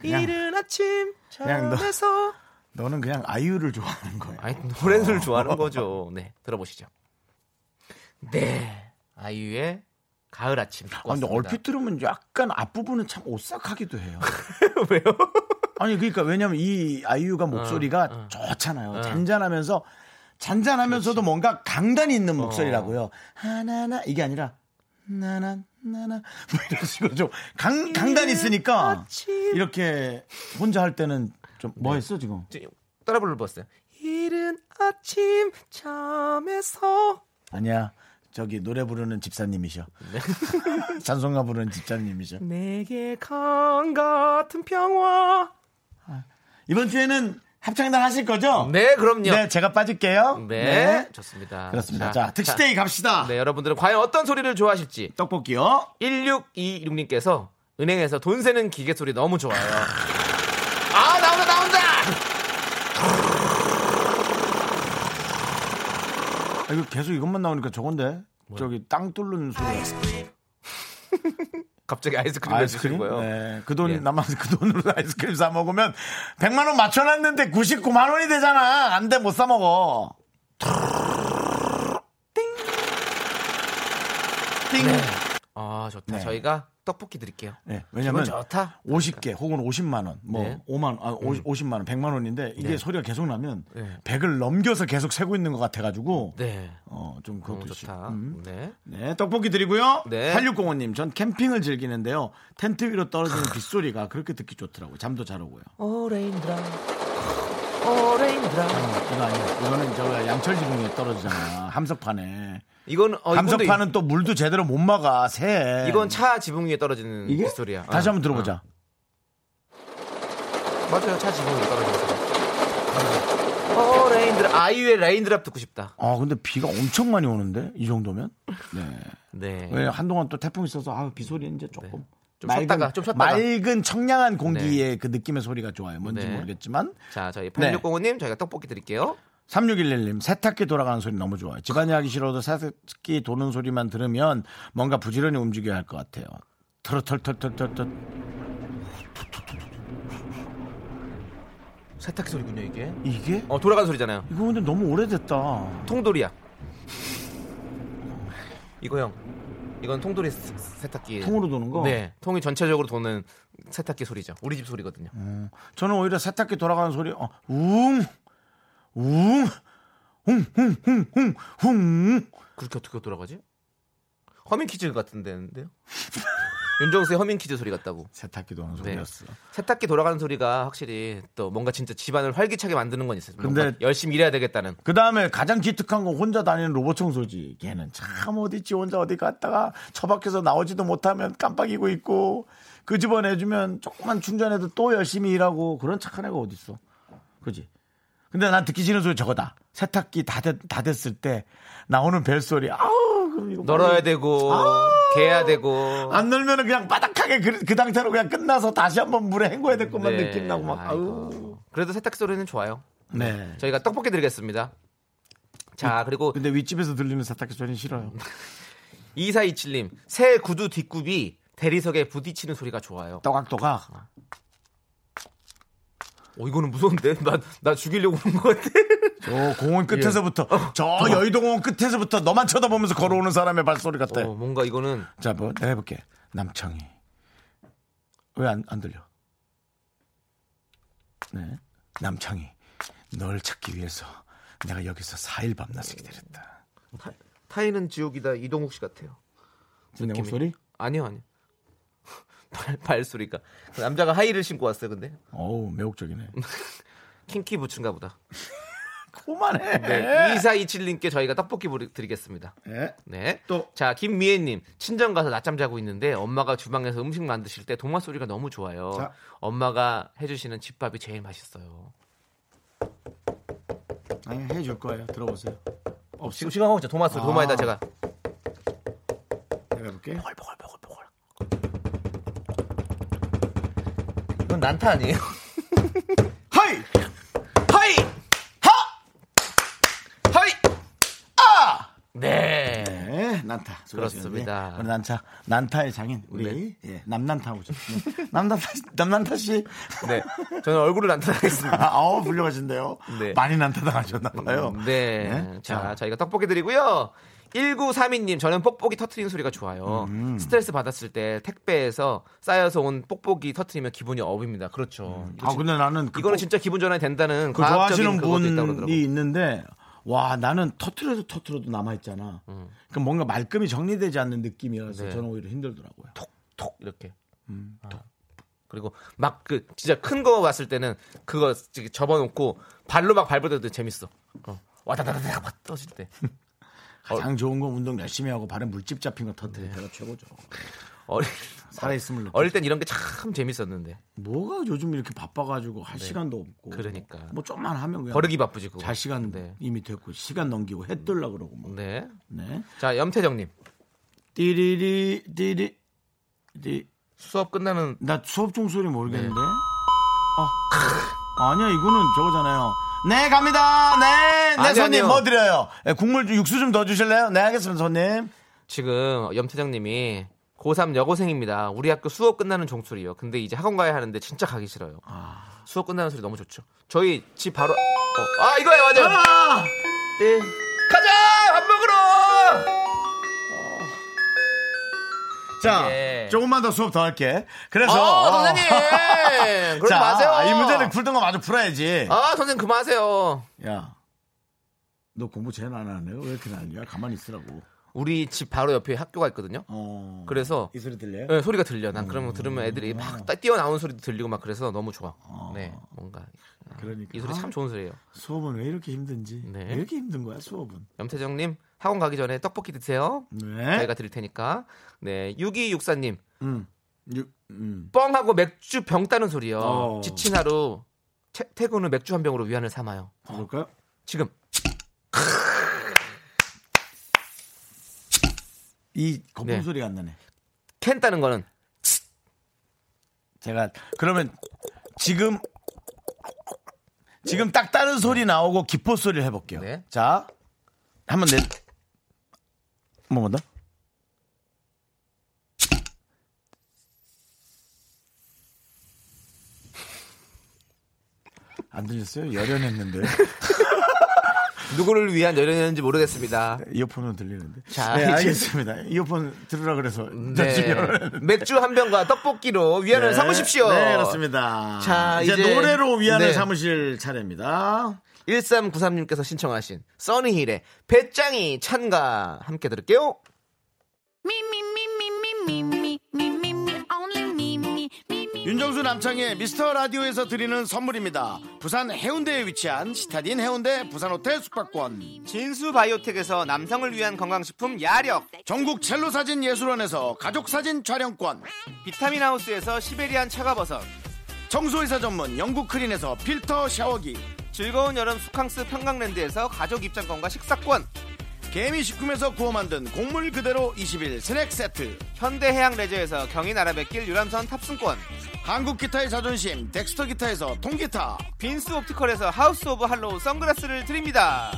[SPEAKER 1] 그냥-
[SPEAKER 2] 이른 아침,
[SPEAKER 1] 그냥 너-
[SPEAKER 2] 잠에서.
[SPEAKER 1] 너는 그냥 아이유를 좋아하는 거야.
[SPEAKER 2] 아니, 노래를 좋아하는 거죠. 네, 들어보시죠. 네, 아이유의 가을 아침. 듣고
[SPEAKER 1] 아, 근데
[SPEAKER 2] 왔습니다.
[SPEAKER 1] 얼핏 들으면 약간 앞부분은 참 오싹하기도 해요.
[SPEAKER 2] 왜요?
[SPEAKER 1] 아니 그러니까 왜냐면 이 아이유가 목소리가
[SPEAKER 2] 어,
[SPEAKER 1] 좋잖아요. 잔잔하면서 잔잔하면서도 뭔가 강단이
[SPEAKER 2] 어.
[SPEAKER 1] 있는 목소리라고요. 하나나 이게 아니라 나나 나나 뭐 이런 식으로 좀 강 강단이 있으니까 이렇게 혼자 할 때는 좀
[SPEAKER 2] 네.
[SPEAKER 1] 뭐했어 지금?
[SPEAKER 2] 이제 따라 불러봤어요. 이른 아침 잠에서
[SPEAKER 1] 아니야. 저기 노래 부르는 집사님이셔.
[SPEAKER 2] 네.
[SPEAKER 1] 찬송가 부르는 집사님이셔.
[SPEAKER 2] 내게 강 같은 평화.
[SPEAKER 1] 이번 주에는 합창단 하실 거죠?
[SPEAKER 2] 네, 그럼요.
[SPEAKER 1] 네,
[SPEAKER 2] 네,
[SPEAKER 1] 제가 빠질게요. 네.
[SPEAKER 2] 좋습니다.
[SPEAKER 1] 그렇습니다. 자, 득시데이 갑시다.
[SPEAKER 2] 네, 여러분들은 과연 어떤 소리를 좋아하실지
[SPEAKER 1] 떡볶이요.
[SPEAKER 2] 1626님께서 은행에서 돈 세는 기계 소리 너무 좋아요. 아, 나온다, 나온다!
[SPEAKER 1] 아, 이거 계속 이것만 나오니까 저건데 저기 땅 뚫는
[SPEAKER 2] 아,
[SPEAKER 1] 소리
[SPEAKER 2] 갑자기 아이스크림
[SPEAKER 1] 아이스크림
[SPEAKER 2] 해주시는 거예요.
[SPEAKER 1] 네, 그돈
[SPEAKER 2] 예.
[SPEAKER 1] 남아서 그 돈으로 아이스크림 사 먹으면 100만 원 맞춰놨는데 99만 원이 되잖아 안 돼 못 사 먹어
[SPEAKER 2] 네.
[SPEAKER 1] 띵. 띵.
[SPEAKER 2] 아, 좋다. 저희가 떡볶이 드릴게요.
[SPEAKER 1] 네, 왜냐면
[SPEAKER 2] 기분 좋다. 그러니까.
[SPEAKER 1] 50개 혹은 50만 원, 뭐
[SPEAKER 2] 네.
[SPEAKER 1] 5만 아, 50만 원, 100만 원인데 이게 소리가 계속 나면
[SPEAKER 2] 네.
[SPEAKER 1] 100을 넘겨서 계속 세고 있는 것 같아가지고
[SPEAKER 2] 네.
[SPEAKER 1] 어, 좀 그것도
[SPEAKER 2] 너무
[SPEAKER 1] 시-
[SPEAKER 2] 좋다.
[SPEAKER 1] 음.
[SPEAKER 2] 네.
[SPEAKER 1] 네, 떡볶이 드리고요.
[SPEAKER 2] 네.
[SPEAKER 1] 8605님, 전 캠핑을 즐기는데요. 텐트 위로 떨어지는 빗소리가 그렇게 듣기 좋더라고요. 잠도 잘 오고요.
[SPEAKER 2] 어. 오레인드라. 오레인드라.
[SPEAKER 1] 이거 아니야. 이거는 저 양철지붕에 떨어지잖아. 함석판에.
[SPEAKER 2] 이건 어, 이건도
[SPEAKER 1] 함석판은 또 물도 제대로 못 막아, 새.
[SPEAKER 2] 이- 이건 차 지붕 위에 떨어지는
[SPEAKER 1] 이게?
[SPEAKER 2] 빗소리야.
[SPEAKER 1] 다시
[SPEAKER 2] 어,
[SPEAKER 1] 한번 들어보자.
[SPEAKER 2] 어. 맞아요, 차 지붕 위에 떨어지는 소리. 어, 레인드랍. 아이유의 레인드랍 듣고 싶다.
[SPEAKER 1] 아, 근데 비가 엄청 많이 오는데? 이 정도면? 네.
[SPEAKER 2] 네.
[SPEAKER 1] 왜 한동안 또 태풍 있어서 아, 비소리 이제 조금.
[SPEAKER 2] 좀 쉬었다가, 좀 쉬었다가.
[SPEAKER 1] 맑은 청량한 공기의 그 느낌의 소리가 좋아요. 뭔지
[SPEAKER 2] 네.
[SPEAKER 1] 모르겠지만.
[SPEAKER 2] 자, 저희
[SPEAKER 1] 네.
[SPEAKER 2] 8605님 저희가 떡볶이 드릴게요.
[SPEAKER 1] 3611님 세탁기 돌아가는 소리 너무 좋아요. 집안이 하기 싫어도 세탁기 도는 소리만 들으면 뭔가 부지런히 움직여야 할 것 같아요. 털털털털털털
[SPEAKER 2] 세탁기 소리군요, 이게.
[SPEAKER 1] 이게
[SPEAKER 2] 어, 돌아가는 소리잖아요.
[SPEAKER 1] 이거 근데 너무 오래됐다.
[SPEAKER 2] 통돌이야. 이거 형. 이건 통돌이 세- 세탁기.
[SPEAKER 1] 통으로 도는 거.
[SPEAKER 2] 네. 통이 전체적으로 도는 세탁기 소리죠. 우리 집 소리거든요.
[SPEAKER 1] 저는 오히려 세탁기 돌아가는 소리 어, 웅, 웅, 웅, 웅, 웅, 웅, 웅.
[SPEAKER 2] 그렇게 어떻게 돌아가지? 허밍 퀴즈 같은데인데요? 윤정수의 허밍 퀴즈 소리 같다고.
[SPEAKER 1] 세탁기 도는
[SPEAKER 2] 네.
[SPEAKER 1] 소리였어.
[SPEAKER 2] 세탁기 돌아가는 소리가 확실히 또 뭔가 진짜 집안을 활기차게 만드는 건 있어요.
[SPEAKER 1] 근데-
[SPEAKER 2] 근데 열심히 일해야 되겠다는.
[SPEAKER 1] 그 다음에 가장 기특한 건 혼자 다니는 로봇 청소지. 걔는 참 어디지 혼자 어디 갔다가 처박혀서 나오지도 못하면 깜빡이고 있고 그 집어내주면 조금만 충전해도 또 열심히 일하고 그런 착한 애가 어딨어. 그지? 근데 난 듣기 싫은 소리 저거다. 세탁기 다, 됐, 다 됐을 때 나오는 벨소리. 아우, 그럼 이거
[SPEAKER 2] 널어야
[SPEAKER 1] 빨리-
[SPEAKER 2] 되고
[SPEAKER 1] 아!
[SPEAKER 2] 개야 되고.
[SPEAKER 1] 안 놀면은 그냥 바닥하게 그, 그 상태로 그냥 끝나서 다시 한번 물에 헹궈야 될 것만
[SPEAKER 2] 네.
[SPEAKER 1] 느낌 나고 막. 아우.
[SPEAKER 2] 아이고. 그래도 세탁기 소리는 좋아요.
[SPEAKER 1] 네.
[SPEAKER 2] 저희가 떡볶이 드리겠습니다. 자 그리고
[SPEAKER 1] 근데 윗집에서 들리는 세탁기 소리는 싫어요.
[SPEAKER 2] 2427님 새 구두 뒷굽이 대리석에 부딪히는 소리가 좋아요.
[SPEAKER 1] 또각또각.
[SPEAKER 2] 어 이거는 무서운데 나 나 죽이려고 그런 것 같아.
[SPEAKER 1] 저
[SPEAKER 2] 예.
[SPEAKER 1] 공원 끝에서부터
[SPEAKER 2] 어.
[SPEAKER 1] 저 여의도 공원 끝에서부터 너만 쳐다보면서 걸어오는 사람의 발소리 같아.
[SPEAKER 2] 어, 뭔가 이거는
[SPEAKER 1] 자, 뭐 내가 해볼게. 남창이 왜 안 안 들려? 네, 남창이 널 찾기 위해서 내가 여기서 4일 밤낮을 기다렸다.
[SPEAKER 2] 타, 타이는 지옥이다 이동욱 씨 같아요.
[SPEAKER 1] 내 목소리?
[SPEAKER 2] 아니요 아니요. 발, 발소리가. 그 남자가 하이를 신고 왔어요, 근데.
[SPEAKER 1] 어우 매혹적이네.
[SPEAKER 2] 킹키 부츠인가 보다.
[SPEAKER 1] 그만해.
[SPEAKER 2] 네. 2427님께 저희가 떡볶이 보리- 드리겠습니다.
[SPEAKER 1] 네.
[SPEAKER 2] 네.
[SPEAKER 1] 또.
[SPEAKER 2] 자, 김미애님. 친정 가서 낮잠 자고 있는데 엄마가 주방에서 음식 만드실 때 도마 소리가 너무 좋아요.
[SPEAKER 1] 자.
[SPEAKER 2] 엄마가 해주시는 집밥이 제일 맛있어요.
[SPEAKER 1] 아니 해줄 거예요. 들어보세요.
[SPEAKER 2] 지금 지금 하고 있죠. 도마 소리. 도마에다 제가
[SPEAKER 1] 내가 볼게.
[SPEAKER 2] 보글보글보글. 이건 난타 아니에요?
[SPEAKER 1] 하이
[SPEAKER 2] 하이! 하! 하이! 아! 네.
[SPEAKER 1] 네, 난타.
[SPEAKER 2] 그렇습니다.
[SPEAKER 1] 우리 난타, 난타의 장인 우리 예, 남난타 오죠. 네. 남난타 씨- 남난타 씨,
[SPEAKER 2] 네. 저는 얼굴을 난타하겠습니다.
[SPEAKER 1] 아, 어 불려가신데요.
[SPEAKER 2] 네.
[SPEAKER 1] 많이 난타 당하셨나 봐요.
[SPEAKER 2] 네.
[SPEAKER 1] 네.
[SPEAKER 2] 자, 저희가 떡볶이 드리고요. 1932님, 저는 뽁뽁이 터트리는 소리가 좋아요. 스트레스 받았을 때 택배에서 쌓여서 온 뽁뽁이 터트리면 기분이 업입니다. 그렇죠. 이거
[SPEAKER 1] 아
[SPEAKER 2] 진-
[SPEAKER 1] 근데 나는 그
[SPEAKER 2] 이거는
[SPEAKER 1] 꼭-
[SPEAKER 2] 진짜 기분 전환이 된다는
[SPEAKER 1] 그
[SPEAKER 2] 과학적인
[SPEAKER 1] 좋아하시는
[SPEAKER 2] 그것도 있다고 그러더라고요.
[SPEAKER 1] 분이 있는데 와 나는 터트려도 터트려도 남아 있잖아. 그럼 뭔가 말끔히 정리되지 않는 느낌이라서
[SPEAKER 2] 음. 네.
[SPEAKER 1] 저는 오히려 힘들더라고요.
[SPEAKER 2] 톡 이렇게. 아. 그리고 막 그 진짜 큰 거 왔을 때는 그거 저기 접어놓고 발로 막 밟아도 재밌어. 어. 와다다다다 막 떠질 때. 어.
[SPEAKER 1] 가장 좋은 건 운동 열심히 하고 발에 물집 잡힌 거
[SPEAKER 2] 네.
[SPEAKER 1] 터트릴 때가 최고죠.
[SPEAKER 2] 어. 어릴,
[SPEAKER 1] 살아 있음을 느끼.
[SPEAKER 2] 어릴 땐 이런 게 참 재밌었는데.
[SPEAKER 1] 뭐가 요즘 이렇게 바빠가지고 할 시간도 없고.
[SPEAKER 2] 네. 그러니까.
[SPEAKER 1] 뭐 좀만 하면 그냥
[SPEAKER 2] 버르기 바쁘지 그거.
[SPEAKER 1] 잘 시간
[SPEAKER 2] 네. 음.
[SPEAKER 1] 이미 됐고 시간 넘기고 해 뜰라 그러고 뭐.
[SPEAKER 2] 네.
[SPEAKER 1] 네.
[SPEAKER 2] 자 염태정님
[SPEAKER 1] 띠리리 띠리 띠.
[SPEAKER 2] 수업 끝나는
[SPEAKER 1] 나 수업 중 소리
[SPEAKER 2] 네.
[SPEAKER 1] 모르겠는데. 어, 아 아니야 이거는 저거잖아요. 네 갑니다. 네, 네
[SPEAKER 2] 아니,
[SPEAKER 1] 손님
[SPEAKER 2] 아니요.
[SPEAKER 1] 뭐 드려요? 예, 국물 좀- 육수 좀 더 주실래요? 네 알겠습니다 손님.
[SPEAKER 2] 지금 염태정님이 고3 여고생입니다. 우리 학교 수업 끝나는 종소리요. 근데 이제 학원 가야 하는데 진짜 가기 싫어요. 수업 끝나는 소리 너무 좋죠. 저희 집 바로 어, 아 이거예요 맞아요. 네. 가자 밥 먹으러.
[SPEAKER 1] 자
[SPEAKER 2] 예.
[SPEAKER 1] 조금만 더 수업 더 할게. 그래서
[SPEAKER 2] 어,
[SPEAKER 1] 어.
[SPEAKER 2] 선생님 그러지
[SPEAKER 1] 자, 아,
[SPEAKER 2] 마세요.
[SPEAKER 1] 이 문제를 풀던 거 마저 풀어야지.
[SPEAKER 2] 아 선생님 그만하세요.
[SPEAKER 1] 야, 너 공부 제일 안 하네. 왜 이렇게 난리야? 가만히 있으라고.
[SPEAKER 2] 우리 집 바로 옆에 학교가 있거든요.
[SPEAKER 1] 어.
[SPEAKER 2] 그래서
[SPEAKER 1] 이 소리 들려요?
[SPEAKER 2] 네, 소리가 들려. 난 그러면 들으면 애들이
[SPEAKER 1] 음.
[SPEAKER 2] 막 따- 뛰어나오는 소리도 들리고 막 그래서 너무 좋아. 네, 뭔가
[SPEAKER 1] 그러니까
[SPEAKER 2] 이 소리 참 좋은 소리예요.
[SPEAKER 1] 수업은 왜 이렇게 힘든지.
[SPEAKER 2] 네.
[SPEAKER 1] 왜 이렇게 힘든 거야 수업은?
[SPEAKER 2] 염태정님 학원 가기 전에 떡볶이 드세요.
[SPEAKER 1] 네.
[SPEAKER 2] 저희가 드릴 테니까. 네, 6264님
[SPEAKER 1] 음. 육, 음.
[SPEAKER 2] 뻥하고 맥주 병 따는 소리요.
[SPEAKER 1] 어.
[SPEAKER 2] 지친 하루 채- 퇴근 후 맥주 한 병으로 위안을 삼아요.
[SPEAKER 1] 볼까요?
[SPEAKER 2] 지금
[SPEAKER 1] 이 거품
[SPEAKER 2] 네.
[SPEAKER 1] 소리가 안 나네.
[SPEAKER 2] 캔 따는 거는
[SPEAKER 1] 제가 그러면 지금 지금 딱 다른 소리 나오고 기포 소리를 해볼게요.
[SPEAKER 2] 네.
[SPEAKER 1] 자, 한번 내. 한 번만 더. 안 들렸어요? 열연했는데
[SPEAKER 2] 누구를 위한 열연인지 모르겠습니다.
[SPEAKER 1] 이어폰은 들리는데.
[SPEAKER 2] 자,
[SPEAKER 1] 네,
[SPEAKER 2] 이제-
[SPEAKER 1] 알겠습니다. 이어폰 들으라 그래서 네, 열심히 열연했는데.
[SPEAKER 2] 네. 맥주 한 병과 떡볶이로 위안을 삼으십시오.
[SPEAKER 1] 네, 그렇습니다.
[SPEAKER 2] 자,
[SPEAKER 1] 이제,
[SPEAKER 2] 이제-
[SPEAKER 1] 노래로 위안을
[SPEAKER 2] 네.
[SPEAKER 1] 삼으실 차례입니다.
[SPEAKER 2] 1393님께서 신청하신 써니힐의 배짱이 찬가 함께 들을게요.
[SPEAKER 1] 윤정수 남창의 미스터 라디오에서 드리는 선물입니다. 부산 해운대에 위치한 시타딘 해운대 부산 호텔 숙박권.
[SPEAKER 2] 진수 바이오텍에서 남성을 위한 건강식품 야력,
[SPEAKER 1] 전국 첼로 사진 예술원에서 가족 사진 촬영권.
[SPEAKER 2] 비타민 하우스에서 시베리안 차가버섯,
[SPEAKER 1] 청소이사 전문 영국 크린에서 필터 샤워기.
[SPEAKER 2] 즐거운 여름 수캉스 평강랜드에서 가족 입장권과 식사권,
[SPEAKER 1] 개미 식품에서 구워 만든 곡물 그대로 20일 스낵 세트.
[SPEAKER 2] 현대해양 레저에서 경인 아라뱃길 유람선 탑승권,
[SPEAKER 1] 한국 기타의 자존심 덱스터 기타에서 통기타.
[SPEAKER 2] 빈스 옵티컬에서 하우스 오브 할로우 선글라스를 드립니다.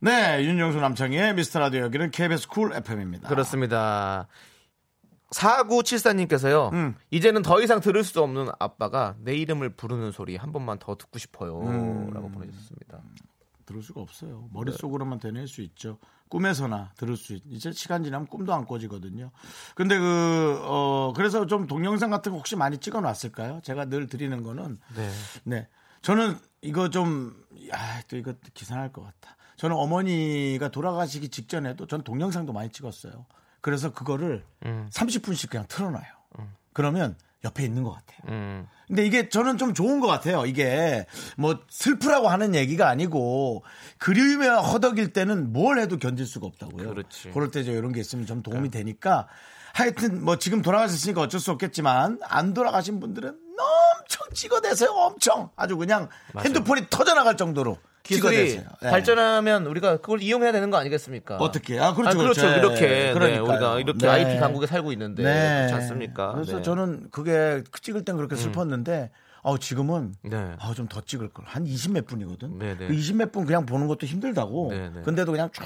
[SPEAKER 1] 네, 윤정수 남창의 미스터 라디오 여기는 KBS 쿨 FM입니다.
[SPEAKER 2] 그렇습니다. 4974님께서요.
[SPEAKER 1] 음.
[SPEAKER 2] 이제는 더 이상 들을 수 없는 아빠가 내 이름을 부르는 소리 한 번만 더 듣고 싶어요.
[SPEAKER 1] 음.
[SPEAKER 2] 라고 보내주셨습니다.
[SPEAKER 1] 들을 수가 없어요. 머릿속으로만 되낼 수 있죠. 꿈에서나 들을 수 있. 이제 시간 지나면 꿈도 안 꿔지거든요. 근데 그, 어, 그래서 좀 동영상 같은 거 혹시 많이 찍어 놨을까요? 제가 늘 드리는 거는. 네. 저는 이거 좀, 아, 또 이거 기사할 것 같아. 저는 어머니가 돌아가시기 직전에도 전 동영상도 많이 찍었어요. 그래서 그거를 30분씩 그냥 틀어놔요. 그러면 옆에 있는 것 같아요.
[SPEAKER 2] 음.
[SPEAKER 1] 근데 이게 저는 좀 좋은 것 같아요. 이게 뭐 슬프라고 하는 얘기가 아니고 그리움에 허덕일 때는 뭘 해도 견딜 수가 없다고요.
[SPEAKER 2] 그렇지. 네.
[SPEAKER 1] 럴 때 저 이런 게 있으면 좀 도움이 되니까 하여튼 뭐 지금 돌아가셨으니까 어쩔 수 없겠지만 안 돌아가신 분들은 엄청 찍어대세요. 엄청 아주 그냥 핸드폰이 터져나갈 정도로
[SPEAKER 2] 기술이
[SPEAKER 1] 찍어대세요. 예.
[SPEAKER 2] 발전하면 우리가 그걸 이용해야 되는 거 아니겠습니까?
[SPEAKER 1] 어떻게? 아
[SPEAKER 2] 아,
[SPEAKER 1] 그렇죠,
[SPEAKER 2] 그렇죠. 이렇게 네,
[SPEAKER 1] 그러니까요.
[SPEAKER 2] 우리가 이렇게
[SPEAKER 1] 네.
[SPEAKER 2] IT 강국에 살고 있는데 네, 그렇지 않습니까?
[SPEAKER 1] 그래서
[SPEAKER 2] 네. 음.
[SPEAKER 1] 저는 그게 찍을 땐 그렇게 슬펐는데 어, 지금은
[SPEAKER 2] 네.
[SPEAKER 1] 아, 좀 더 찍을 걸. 한 20 몇 분이거든.
[SPEAKER 2] 네, 네.
[SPEAKER 1] 그 20 몇 분 그냥 보는 것도 힘들다고.
[SPEAKER 2] 네, 네.
[SPEAKER 1] 근데도 그냥 쭉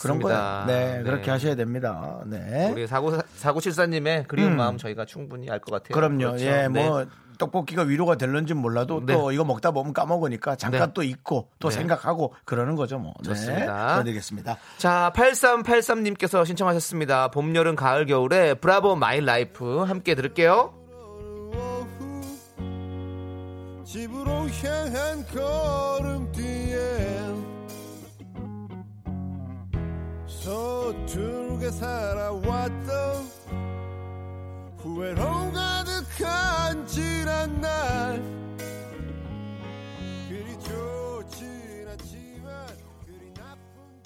[SPEAKER 1] 그런 거야.
[SPEAKER 2] 맞습니다.
[SPEAKER 1] 네, 그렇게 하셔야 됩니다. 네.
[SPEAKER 2] 우리 사고 사고 칠사님의 그리운 마음 저희가 충분히 알 것 같아요.
[SPEAKER 1] 그럼요.
[SPEAKER 2] 그렇죠.
[SPEAKER 1] 예,
[SPEAKER 2] 네.
[SPEAKER 1] 뭐 떡볶이가 위로가 될런지 몰라도
[SPEAKER 2] 네.
[SPEAKER 1] 또 이거 먹다 보면 까먹으니까 잠깐
[SPEAKER 2] 네.
[SPEAKER 1] 또 잊고 또
[SPEAKER 2] 네.
[SPEAKER 1] 생각하고 그러는 거죠, 뭐.
[SPEAKER 2] 좋습니다.
[SPEAKER 1] 네. 드리겠습니다.
[SPEAKER 2] 자, 8383님께서 신청하셨습니다. 봄, 여름, 가을, 겨울에 브라보 마이 라이프 함께 들을게요.
[SPEAKER 6] 집으로 향한 걸음뒤에 서툴게 살아왔던 후회로 가득한 지난 날 그리 좋진 않지만 그리 나쁜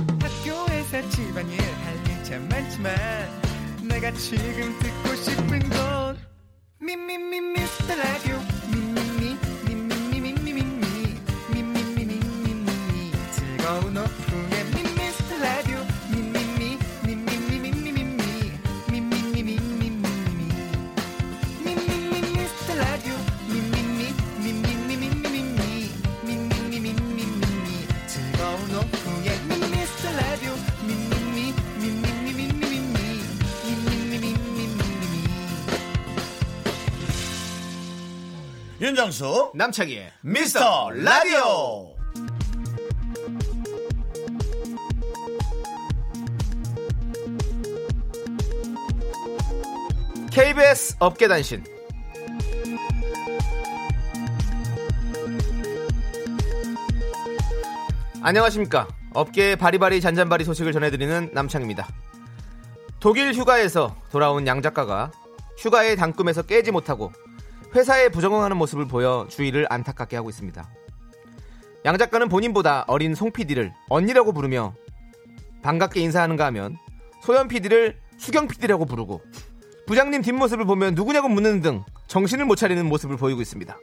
[SPEAKER 6] 것만
[SPEAKER 7] 학교에서 집안일 할 일 참 많지만 내가 지금 듣고 싶은 건 미미미 미스터 라디오 미미미 미미미 미미미 미미미 미미미 즐거운 오후에 미스터 라디오 미미미 미미미 미미미 미미미 미미미
[SPEAKER 1] 윤정수
[SPEAKER 2] 남창희의
[SPEAKER 1] 미스터 라디오.
[SPEAKER 2] KBS 업계단신. 안녕하십니까. 업계의 바리바리 잔잔바리 소식을 전해드리는 남창입니다. 독일 휴가에서 돌아온 양 작가가 휴가의 단꿈에서 깨지 못하고 회사에 부정응하는 모습을 보여 주위를 안타깝게 하고 있습니다. 양 작가는 본인보다 어린 송 PD를 언니라고 부르며 반갑게 인사하는가 하면 소연 PD를 수경 PD라고 부르고 부장님 뒷모습을 보면 누구냐고 묻는 등 정신을 못 차리는 모습을 보이고 있습니다.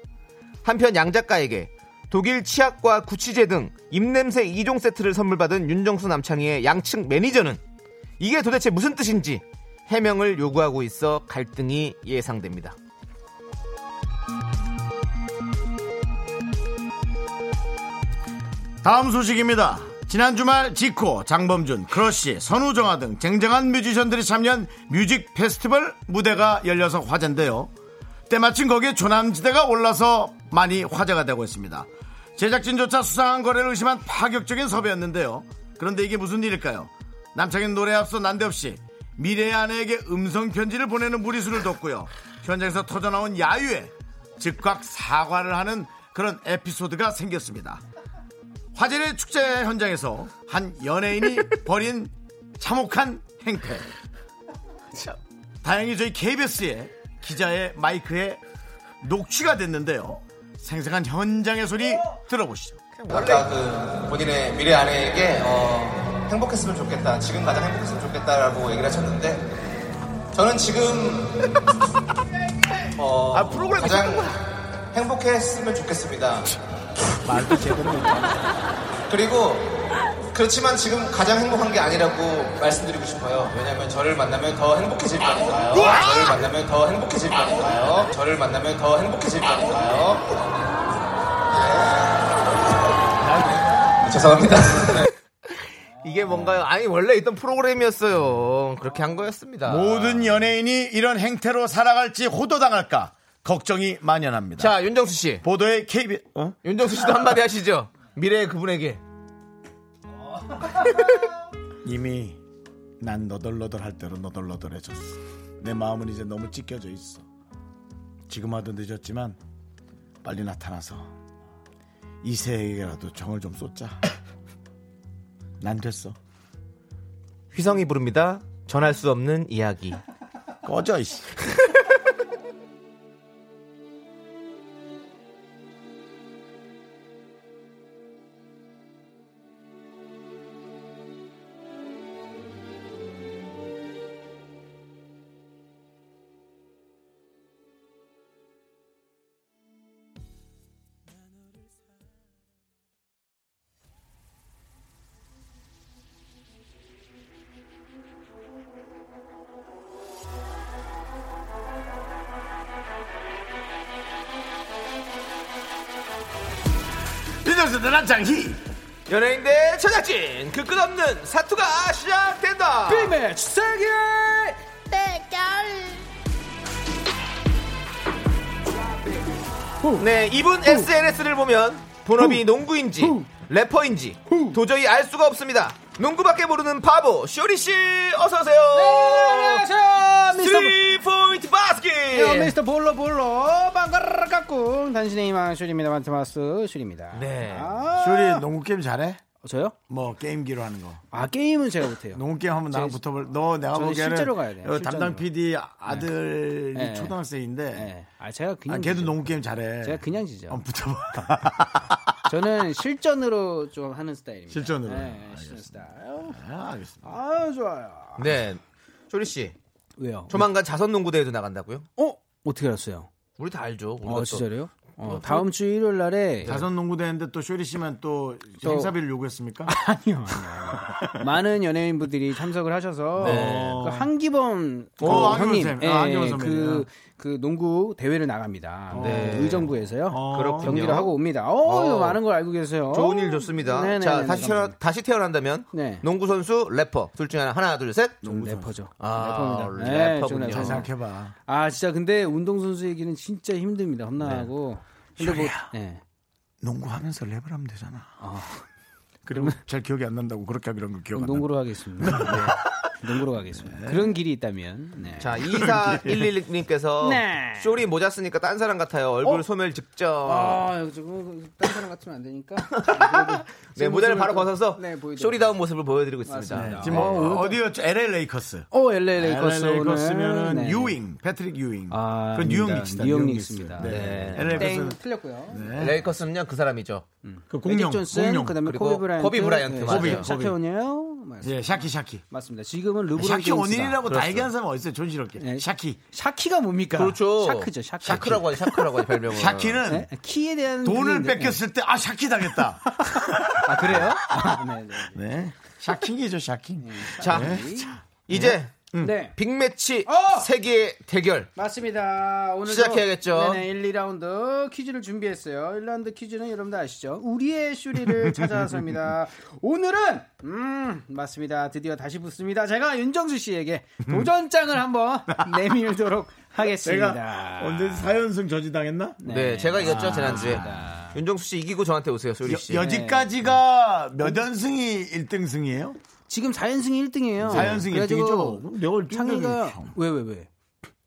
[SPEAKER 2] 한편 양 작가에게 독일 치약과 구치제 등 입냄새 2종 세트를 선물받은 윤정수 남창희의 양측 매니저는 이게 도대체 무슨 뜻인지 해명을 요구하고 있어 갈등이 예상됩니다.
[SPEAKER 1] 다음 소식입니다. 지난 주말 지코, 장범준, 크러쉬, 선우정아 등 쟁쟁한 뮤지션들이 참여한 뮤직 페스티벌 무대가 열려서 화제인데요. 때마침 거기에 조남지대가 올라서 많이 화제가 되고 있습니다. 제작진조차 수상한 거래를 의심한 파격적인 섭외였는데요. 그런데 이게 무슨 일일까요? 남창인 노래 앞서 난데없이 미래의 아내에게 음성 편지를 보내는 무리수를 뒀고요. 현장에서 터져나온 야유에 즉각 사과를 하는 그런 에피소드가 생겼습니다. 화제의 축제 현장에서 한 연예인이 벌인 참혹한 행태. 다행히 저희 KBS의 기자의 마이크에 녹취가 됐는데요. 생생한 현장의 소리 들어보시죠.
[SPEAKER 8] 아까 그 본인의 미래 아내에게 어, 행복했으면 좋겠다. 지금 가장 행복했으면 좋겠다라고 얘기를 하셨는데 저는 지금 어,
[SPEAKER 2] 아,
[SPEAKER 8] 가장 행복했으면 좋겠습니다. 말도 제대로 그리고 그렇지만 지금 가장 행복한 게 아니라고 말씀드리고 싶어요. 왜냐면 저를 만나면 더 행복해질 거니까요. 저를 만나면 더 행복해질 거니까요. 저를 만나면 더 행복해질 거니까요. 네. 죄송합니다.
[SPEAKER 2] 이게 뭔가요? 아니 원래 있던 프로그램이었어요. 그렇게 한 거였습니다.
[SPEAKER 1] 모든 연예인이 이런 행태로 살아갈지 호도당할까 걱정이 만연합니다.
[SPEAKER 2] 자 윤정수 씨,
[SPEAKER 1] 보도에 KBS 어?
[SPEAKER 2] 윤정수 씨도 한마디 하시죠. 미래의 그분에게
[SPEAKER 1] 이미 난 너덜너덜 할 대로 너덜너덜해졌어. 내 마음은 이제 너무 찢겨져 있어. 지금 와도 늦었지만 빨리 나타나서 이세에게라도 정을 좀 쏟자. 난 됐어.
[SPEAKER 2] 휘성이 부릅니다. 전할 수 없는 이야기.
[SPEAKER 1] 꺼져 이씨.
[SPEAKER 3] 윤정수 남창희
[SPEAKER 2] 연예인 대 제작진 그 끝없는 사투가 시작된다.
[SPEAKER 4] 매치 세계
[SPEAKER 2] 네, 이분 SNS를 보면 본업이 농구인지 래퍼인지 도저히 알 수가 없습니다. 농구밖에 모르는 바보 쇼리 씨 어서 오세요. 네,
[SPEAKER 9] 안녕하세요 미스터
[SPEAKER 2] 3 포인트 바스켓.
[SPEAKER 9] 네, 미스터 볼로 볼로 방가르르 깍꿍 단신의 희망 슈리입니다 마트마스 슈리입니다
[SPEAKER 2] 네.
[SPEAKER 9] 아,
[SPEAKER 1] 쇼리 농구 게임 잘해?
[SPEAKER 9] 저요?
[SPEAKER 1] 뭐 게임기로 하는 거.
[SPEAKER 9] 아 게임은 제가 못해요
[SPEAKER 1] 농구 게임 하면 나랑
[SPEAKER 9] 제-
[SPEAKER 1] 붙어볼. 너 내가
[SPEAKER 9] 저는
[SPEAKER 1] 보기에는
[SPEAKER 9] 실제로 가야 돼요,
[SPEAKER 1] 어, 담당
[SPEAKER 9] 실전으로.
[SPEAKER 1] PD 아들이
[SPEAKER 9] 네.
[SPEAKER 1] 초등학생인데
[SPEAKER 9] 네. 아 제가
[SPEAKER 1] 아,
[SPEAKER 9] 그냥
[SPEAKER 1] 걔도
[SPEAKER 9] 지죠. 네.
[SPEAKER 1] 농구 게임 잘해.
[SPEAKER 9] 제가 그냥 지죠
[SPEAKER 1] 어, 붙어봐.
[SPEAKER 9] 저는 실전으로 좀 하는 스타일입니다
[SPEAKER 1] 실전으로.
[SPEAKER 9] 네, 실전 스타일
[SPEAKER 1] 아, 알겠습니다.
[SPEAKER 9] 아 좋아요
[SPEAKER 2] 네. 쇼리 씨
[SPEAKER 9] 왜요?
[SPEAKER 2] 조만간 자선 농구 대회도 나간다고요?
[SPEAKER 9] 어? 어떻게 알았어요?
[SPEAKER 2] 우리 다 알죠. 우리가
[SPEAKER 9] 어
[SPEAKER 2] 또
[SPEAKER 9] 진짜로요? 어, 다음 주 일요일 날에
[SPEAKER 1] 자선 농구대회인데 또 쇼리 씨만 또,
[SPEAKER 9] 네. 또-
[SPEAKER 1] 행사비를 요구했습니까?
[SPEAKER 9] 아니요, 아니요, 아니요. 많은 연예인분들이 참석을 하셔서
[SPEAKER 2] 네.
[SPEAKER 9] 그 한기범 그
[SPEAKER 1] 어, 한기범
[SPEAKER 9] 형님,
[SPEAKER 1] 쌤. 아,
[SPEAKER 9] 예,
[SPEAKER 1] 한기범 선배님.
[SPEAKER 9] 그, 그 농구 대회를 나갑니다.
[SPEAKER 2] 네.
[SPEAKER 9] 의정부에서요.
[SPEAKER 1] 어,
[SPEAKER 2] 그렇군요.
[SPEAKER 9] 어, 경기를 하고 옵니다. 어,
[SPEAKER 2] 어.
[SPEAKER 9] 많은 걸 알고 계세요.
[SPEAKER 2] 좋은 일 좋습니다.
[SPEAKER 9] 네네네,
[SPEAKER 2] 자, 다시 태어나,
[SPEAKER 9] 감사합니다.
[SPEAKER 2] 다시 태어난다면
[SPEAKER 9] 네.
[SPEAKER 2] 농구 선수, 래퍼 둘 중에 하나, 하나, 둘, 셋.
[SPEAKER 9] 저는 래퍼죠.
[SPEAKER 2] 아,
[SPEAKER 9] 래퍼입니다. 네,
[SPEAKER 2] 래퍼군요.
[SPEAKER 9] 저는
[SPEAKER 1] 잘
[SPEAKER 9] 래퍼.
[SPEAKER 1] 생각해봐.
[SPEAKER 9] 아, 진짜 근데 운동선수 얘기는 진짜 힘듭니다. 험난하고. 근데 뭐, 예.
[SPEAKER 1] 농구하면서 랩을 하면 되잖아. 어. 그리고 잘 기억이 안 난다고 그렇게 하기로 한거 기억 안 나.
[SPEAKER 9] 어. 농구로 하겠습니다. 네. 농구로 가겠습니다. 그런 길이 있다면. 네.
[SPEAKER 2] 자, 2411님께서
[SPEAKER 9] 네. 어?
[SPEAKER 2] 쇼리 모자 쓰니까 딴 사람 같아요. 얼굴 소멸 직전.
[SPEAKER 9] 아, 이거 지금 딴 사람 같으면 안 되니까. 아,
[SPEAKER 2] 네, 모자를 바로 벗어서
[SPEAKER 9] 네, 보여드려요.
[SPEAKER 2] 쇼리다운 모습을 보여드리고 있습니다.
[SPEAKER 9] 맞습니다.
[SPEAKER 1] 지금 어, 어디요? 저 LA 레이커스.
[SPEAKER 9] 어, 오, LA 뭐 레이커스
[SPEAKER 1] LA 레이커스면은
[SPEAKER 9] 오늘. 네.
[SPEAKER 1] 유잉, 패트릭 유잉.
[SPEAKER 9] 아,
[SPEAKER 1] 그건
[SPEAKER 9] 아닙니다.
[SPEAKER 1] 뉴욕 닉스다.
[SPEAKER 9] 뉴욕
[SPEAKER 1] 닉스.
[SPEAKER 9] 닉스입니다.
[SPEAKER 1] 네.
[SPEAKER 2] 네.
[SPEAKER 1] LA 레이커스는
[SPEAKER 9] 땡 틀렸고요.
[SPEAKER 2] 레이커스는요, 그 사람이죠.
[SPEAKER 1] 그
[SPEAKER 9] 공룡,
[SPEAKER 1] 공룡,
[SPEAKER 9] 존슨,
[SPEAKER 1] 공룡.
[SPEAKER 9] 그다음에
[SPEAKER 2] 그리고
[SPEAKER 9] 코비 브라이언트,
[SPEAKER 2] 코비 브라이언트, 맞아요.
[SPEAKER 1] 코비, 코비.
[SPEAKER 9] 샤케오니요, 맞습니다.
[SPEAKER 1] 예, 샤키 샤키.
[SPEAKER 9] 맞습니다. 지금은 르브론
[SPEAKER 1] 샤키
[SPEAKER 9] 제임스다.
[SPEAKER 1] 온일이라고 다
[SPEAKER 2] 그렇죠.
[SPEAKER 1] 얘기하는 사람 어딨어요? 존스럽게.
[SPEAKER 9] 네.
[SPEAKER 1] 샤키.
[SPEAKER 9] 샤키가 뭡니까?
[SPEAKER 2] 그렇죠.
[SPEAKER 9] 아, 샤크죠, 샤크.
[SPEAKER 2] 라고 하죠, 샤크라고 하죠, 별명으로.
[SPEAKER 1] 샤키는
[SPEAKER 9] 네? 키에 대한
[SPEAKER 1] 돈을
[SPEAKER 9] 그게 있는데-
[SPEAKER 1] 뺏겼을 때, 아, 샤키 당했다.
[SPEAKER 9] 아 그래요? 네. 아, 네, 네.
[SPEAKER 1] 네. 샤킹이죠, 샤킹.
[SPEAKER 2] 자, 이제
[SPEAKER 9] 네.
[SPEAKER 2] 빅매치
[SPEAKER 9] 어!
[SPEAKER 2] 세계 대결.
[SPEAKER 9] 맞습니다. 오늘
[SPEAKER 2] 시작해야겠죠.
[SPEAKER 9] 네네, 1, 2라운드 퀴즈를 준비했어요. 1라운드 퀴즈는 여러분들 아시죠? 우리의 슈리를 찾아서입니다. 오늘은 음 맞습니다. 드디어 다시 붙습니다. 제가 윤정수 씨에게 도전장을 한번 내밀도록 하겠습니다.
[SPEAKER 1] 제가 언제 4연승 저지당했나?
[SPEAKER 2] 네, 제가 이겼죠, 지난주에. 윤정수 씨 이기고 저한테 오세요, 쇼리 씨.
[SPEAKER 1] 여, 지까지가몇 연승이 1등승이에요?
[SPEAKER 9] 지금 4연승이 1등이에요.
[SPEAKER 1] 사 연승이 일등이죠. 내가
[SPEAKER 9] 창희가
[SPEAKER 1] 일등이야.
[SPEAKER 9] 왜 왜 왜?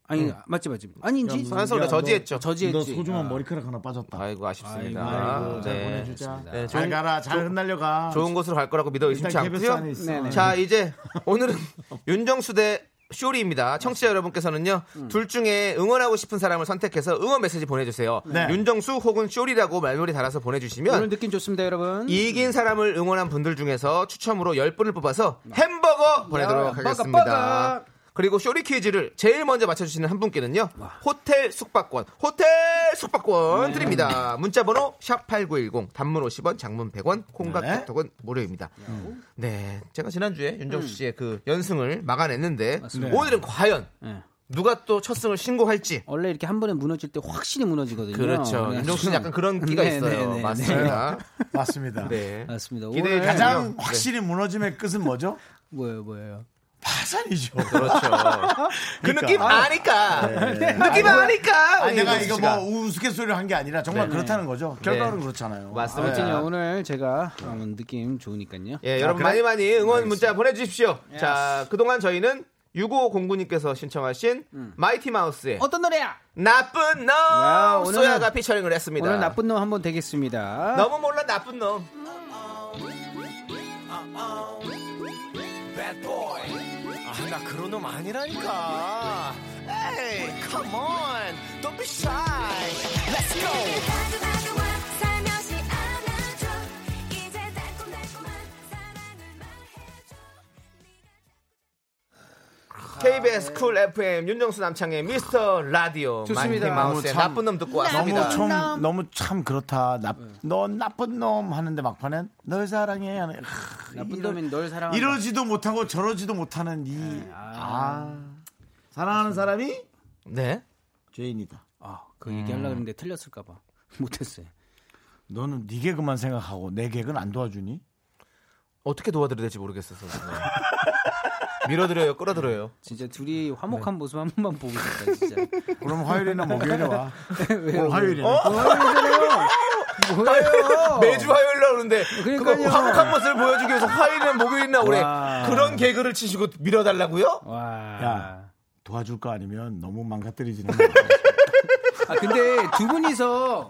[SPEAKER 9] 아니 맞지 맞지. 아니지.
[SPEAKER 2] 그래서 우리가 저지했죠.
[SPEAKER 1] 너
[SPEAKER 9] 저지했지.
[SPEAKER 1] 소중한 머리카락 하나 빠졌다.
[SPEAKER 2] 아이고, 아. 아쉽습니다.
[SPEAKER 1] 아이고, 잘
[SPEAKER 2] 네.
[SPEAKER 1] 보내주자.
[SPEAKER 2] 네,
[SPEAKER 1] 잘
[SPEAKER 2] 좋은-
[SPEAKER 1] 가라, 잘 흩날려 가.
[SPEAKER 2] 좋은 곳으로 갈 거라고 믿어 의심치
[SPEAKER 1] 일단 KBS 안에
[SPEAKER 2] 않고요.
[SPEAKER 1] 있어.
[SPEAKER 9] 네네.
[SPEAKER 2] 자 이제 오늘은 윤정수 대 쇼리입니다. 청취자 여러분께서는요 둘 중에 응원하고 싶은 사람을 선택해서 응원 메시지 보내주세요.
[SPEAKER 1] 네.
[SPEAKER 2] 윤정수 혹은 쇼리라고 말머리 달아서
[SPEAKER 9] 오늘
[SPEAKER 2] 보내주시면
[SPEAKER 9] 느낌 좋습니다, 여러분.
[SPEAKER 2] 이긴 사람을 응원한 분들 중에서 추첨으로 10분을 뽑아서 햄버거 보내도록
[SPEAKER 9] 햄버거,
[SPEAKER 2] 하겠습니다.
[SPEAKER 9] 버거.
[SPEAKER 2] 그리고 쇼리 퀴즈를 제일 먼저 맞춰주시는 한 분께는요 호텔 숙박권 호텔 숙박권 드립니다
[SPEAKER 9] 음.
[SPEAKER 2] 문자번호 샵 8910 단문 50원 장문 100원 콩과
[SPEAKER 1] 네.
[SPEAKER 2] 톡은 무료입니다 네 제가 지난주에 윤정수 씨의 그 연승을 막아냈는데
[SPEAKER 9] 음. 맞습니다.
[SPEAKER 2] 오늘은 과연
[SPEAKER 9] 예.
[SPEAKER 2] 누가 또 첫 승을 신고할지
[SPEAKER 9] 원래 이렇게 한 번에 무너질 때 확실히 무너지거든요.
[SPEAKER 2] 그렇죠
[SPEAKER 9] 네.
[SPEAKER 2] 윤정수 씨는 약간 그런 끼가
[SPEAKER 9] 네,
[SPEAKER 2] 있어요
[SPEAKER 9] 네, 네,
[SPEAKER 2] 맞습니다
[SPEAKER 1] 맞습니다.
[SPEAKER 2] 네.
[SPEAKER 9] 맞습니다.
[SPEAKER 2] 기대해
[SPEAKER 9] 오늘
[SPEAKER 2] 가장-
[SPEAKER 1] 가장
[SPEAKER 2] 네.
[SPEAKER 1] 확실히 무너짐의 끝은 뭐죠?
[SPEAKER 9] 뭐예요, 뭐예요?
[SPEAKER 1] 파산이죠.
[SPEAKER 2] 그렇죠 그
[SPEAKER 1] 그러니까. 네.
[SPEAKER 2] 느낌 아니까 느낌
[SPEAKER 1] 아니,
[SPEAKER 2] 아니까
[SPEAKER 1] 아니,
[SPEAKER 2] 우리
[SPEAKER 1] 내가
[SPEAKER 2] 윤정수
[SPEAKER 1] 이거
[SPEAKER 2] 씨가.
[SPEAKER 1] 뭐 우스갯소리를 한 게 아니라 정말
[SPEAKER 9] 네.
[SPEAKER 1] 그렇다는 거죠. 결과는 그렇잖아요. 네.
[SPEAKER 2] 맞습니다.
[SPEAKER 9] 아무튼요 오늘 제가 음, 느낌 좋으니까요.
[SPEAKER 2] 예, 여러분
[SPEAKER 1] 아, 그래? 예.
[SPEAKER 2] 많이 많이 응원 문자 보내주십시오. 자, 그동안 저희는 6509님께서 신청하신
[SPEAKER 1] 음.
[SPEAKER 2] 마이티 마우스의
[SPEAKER 9] 어떤 노래야?
[SPEAKER 2] 나쁜 놈
[SPEAKER 9] 야, 오늘은-
[SPEAKER 2] 소야가 피처링을 했습니다.
[SPEAKER 9] 오늘 나쁜 놈 한번 되겠습니다.
[SPEAKER 2] 너무 몰라 나쁜 놈.
[SPEAKER 10] 아, 나 그런 놈 아니라니까. 에이, come on. Don't be shy. Let's go.
[SPEAKER 5] 살며시 안아줘 이제 달콤달콤한
[SPEAKER 2] KBS 아, 쿨 FM 윤정수 남창의 미스터 라디오
[SPEAKER 1] 네. 좋습니다.
[SPEAKER 2] 마우스의
[SPEAKER 1] 너무 참- 네.
[SPEAKER 2] 나쁜 놈 듣고 왔습니다. 네.
[SPEAKER 1] 너무 참, 너무 참 그렇다. 나, 넌 나쁜 놈 하는데 막판엔 널 사랑해. 하는, 하,
[SPEAKER 9] 나쁜
[SPEAKER 1] 이런-
[SPEAKER 9] 놈인 널 사랑한다.
[SPEAKER 1] 아, 이러지도 못하고 저러지도 못하는 이. 아. 사랑하는 사람이?
[SPEAKER 2] 네.
[SPEAKER 1] 죄인이다.
[SPEAKER 9] 아, 그 얘기하려고 했는데 틀렸을까봐. 못했어요.
[SPEAKER 1] 너는 네 개그만 생각하고 내 개그는 안 도와주니?
[SPEAKER 2] 어떻게 도와드려야 될지 모르겠어서. 네. 밀어드려요, 끌어들어요.
[SPEAKER 9] 진짜 둘이 화목한 모습 한 번만 보고 싶다, 진짜.
[SPEAKER 1] 그럼 화요일이나 목요일에 와. 어?
[SPEAKER 9] 왜요?
[SPEAKER 1] 오늘 화요일이네.
[SPEAKER 9] 뭐예요?
[SPEAKER 2] 매주 화요일 나오는데 그거
[SPEAKER 9] 그러니까요.
[SPEAKER 2] 화목한 모습을 보여주기 위해서 화요일이나 목요일이나 오래
[SPEAKER 1] 와.
[SPEAKER 2] 그런 개그를 치시고 밀어달라고요?
[SPEAKER 9] 와.
[SPEAKER 1] 야, 도와줄 거 아니면 너무 망가뜨리지는
[SPEAKER 9] 아, 근데 두 분이서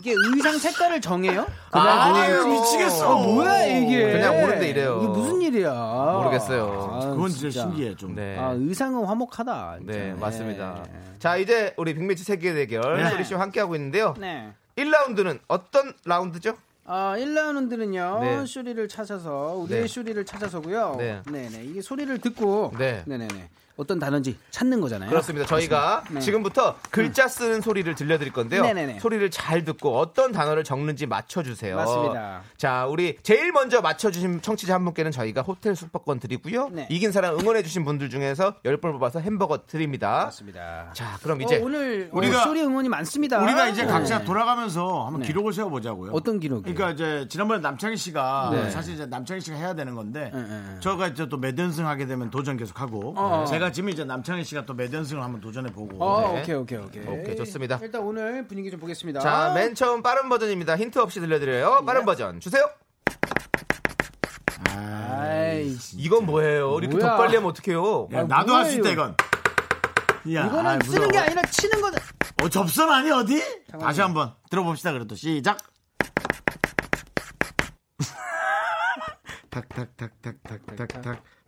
[SPEAKER 9] 이게 의상 색깔을 정해요?
[SPEAKER 2] 아,
[SPEAKER 9] 그날
[SPEAKER 2] 아유,
[SPEAKER 9] 보내요.
[SPEAKER 2] 미치겠어.
[SPEAKER 9] 아, 뭐야, 이게.
[SPEAKER 2] 그냥 모른대, 이래요.
[SPEAKER 9] 이게 무슨 일이야.
[SPEAKER 2] 모르겠어요.
[SPEAKER 9] 아,
[SPEAKER 1] 그건 진짜 신기해, 좀.
[SPEAKER 2] 네.
[SPEAKER 9] 아, 의상은 화목하다. 진짜.
[SPEAKER 2] 네, 맞습니다. 자, 이제 우리 빅매치 세계 대결
[SPEAKER 9] 네.
[SPEAKER 2] 소리 씨와 함께 하고 있는데요.
[SPEAKER 9] 네.
[SPEAKER 2] 1라운드는 어떤 라운드죠?
[SPEAKER 9] 아, 1라운드는요,
[SPEAKER 2] 네.
[SPEAKER 9] 쇼리를 찾아서, 우리의
[SPEAKER 2] 네.
[SPEAKER 9] 쇼리를 찾아서고요.
[SPEAKER 2] 네.
[SPEAKER 9] 네. 네 이게 소리를 듣고,
[SPEAKER 2] 네.
[SPEAKER 9] 네. 네네네. 어떤 단어인지 찾는 거잖아요.
[SPEAKER 2] 그렇습니다. 저희가
[SPEAKER 9] 네.
[SPEAKER 2] 지금부터 글자 쓰는 소리를 들려드릴 건데요.
[SPEAKER 9] 네네네.
[SPEAKER 2] 소리를 잘 듣고 어떤 단어를 적는지 맞춰주세요.
[SPEAKER 9] 맞습니다.
[SPEAKER 2] 자, 우리 제일 먼저 맞춰주신 청취자 한 분께는 저희가 호텔 숙박권 드리고요.
[SPEAKER 9] 네.
[SPEAKER 2] 이긴 사람 응원해주신 분들 중에서 10분 뽑아서 햄버거 드립니다.
[SPEAKER 9] 맞습니다.
[SPEAKER 2] 자, 그럼 이제
[SPEAKER 9] 어, 오늘
[SPEAKER 1] 우리가-
[SPEAKER 9] 우리가 쇼리 응원이 많습니다.
[SPEAKER 1] 우리가 이제
[SPEAKER 9] 네.
[SPEAKER 1] 각자 돌아가면서 한번 아. 네. 기록을 세워보자고요.
[SPEAKER 9] 어떤 기록이?
[SPEAKER 1] 그러니까 이제 지난번에 남창희 씨가
[SPEAKER 9] 네.
[SPEAKER 1] 사실 이제 남창희 씨가 해야 되는 건데
[SPEAKER 9] 네, 네, 네.
[SPEAKER 1] 저가 이제 또 매연승 하게 되면 도전 계속 하고
[SPEAKER 9] 어.
[SPEAKER 1] 제가 지금 이제 남창희 씨가 또 매연승을 한번 도전해 보고
[SPEAKER 9] 어,
[SPEAKER 2] 네.
[SPEAKER 9] 오케이 오케이 오케이.
[SPEAKER 2] 오케이, 좋습니다.
[SPEAKER 9] 일단 오늘 분위기 좀 보겠습니다.
[SPEAKER 2] 자, 맨 처음 빠른 버전입니다. 힌트 없이 들려드려요.
[SPEAKER 9] 네.
[SPEAKER 2] 빠른 버전 주세요.
[SPEAKER 9] 아이, 씨.
[SPEAKER 2] 이건 뭐예요? 이렇게
[SPEAKER 9] 뭐야?
[SPEAKER 2] 덧발리 하면 어떡해요?
[SPEAKER 1] 야,
[SPEAKER 9] 아,
[SPEAKER 1] 나도 할 수
[SPEAKER 9] 뭐예요?
[SPEAKER 1] 있다 이건. 야,
[SPEAKER 9] 이거는
[SPEAKER 1] 아이,
[SPEAKER 9] 쓰는 게
[SPEAKER 1] 무서워.
[SPEAKER 9] 아니라 치는 거다.
[SPEAKER 1] 어, 접선 아니 어디? 다시 한번 들어봅시다. 그래도 시작.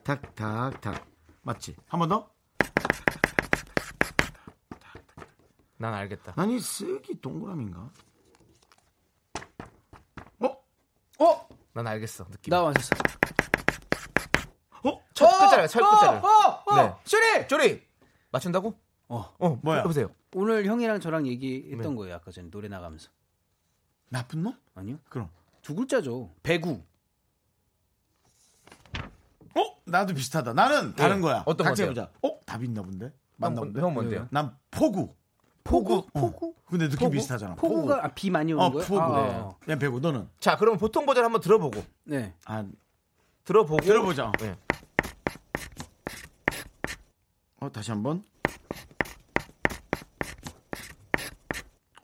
[SPEAKER 1] 탁탁탁탁탁탁탁탁탁탁 맞지? 한 번 더?
[SPEAKER 2] 난 알겠다.
[SPEAKER 1] 아니 쓰기 동그라미인가?
[SPEAKER 9] 어,
[SPEAKER 2] 난 알겠어. 느낌.
[SPEAKER 9] 나 맞았어.
[SPEAKER 2] 어? 철 끝자락, 철 끝자락.
[SPEAKER 9] 어, 어, 어,
[SPEAKER 2] 네.
[SPEAKER 9] 쇼리.
[SPEAKER 2] 쪼리 맞춘다고? 어, 어,
[SPEAKER 1] 뭐야?
[SPEAKER 2] 해보세요.
[SPEAKER 9] 오늘 형이랑 저랑
[SPEAKER 2] 네.
[SPEAKER 9] 얘기했던 거예요. 아까 전에 노래 나가면서.
[SPEAKER 1] 나쁜 놈?
[SPEAKER 9] 아니요?
[SPEAKER 1] 그럼.
[SPEAKER 9] 두 글자죠. 배구.
[SPEAKER 1] 어? 나도 비슷하다. 나는 다른 거야.
[SPEAKER 2] 예. 어떤
[SPEAKER 1] 같이
[SPEAKER 2] 건데요?
[SPEAKER 1] 해보자. 어? 답 있나 본데? 맞나
[SPEAKER 2] 형, 뭐,
[SPEAKER 1] 본데?
[SPEAKER 2] 형 뭔데요?
[SPEAKER 1] 난 포구.
[SPEAKER 2] 포구?
[SPEAKER 1] 어. 근데 느낌 비슷하잖아.
[SPEAKER 9] 포구가 아, 비 많이 오는
[SPEAKER 1] 어,
[SPEAKER 9] 거예요?
[SPEAKER 1] 포구.
[SPEAKER 9] 아,
[SPEAKER 1] 네.
[SPEAKER 9] 어.
[SPEAKER 1] 그냥 배구 너는.
[SPEAKER 2] 자, 그럼 보통 버전 한번 들어보고.
[SPEAKER 9] 네.
[SPEAKER 1] 아,
[SPEAKER 2] 들어보고.
[SPEAKER 1] 들어보자.
[SPEAKER 2] 네.
[SPEAKER 1] 어, 다시 한 번.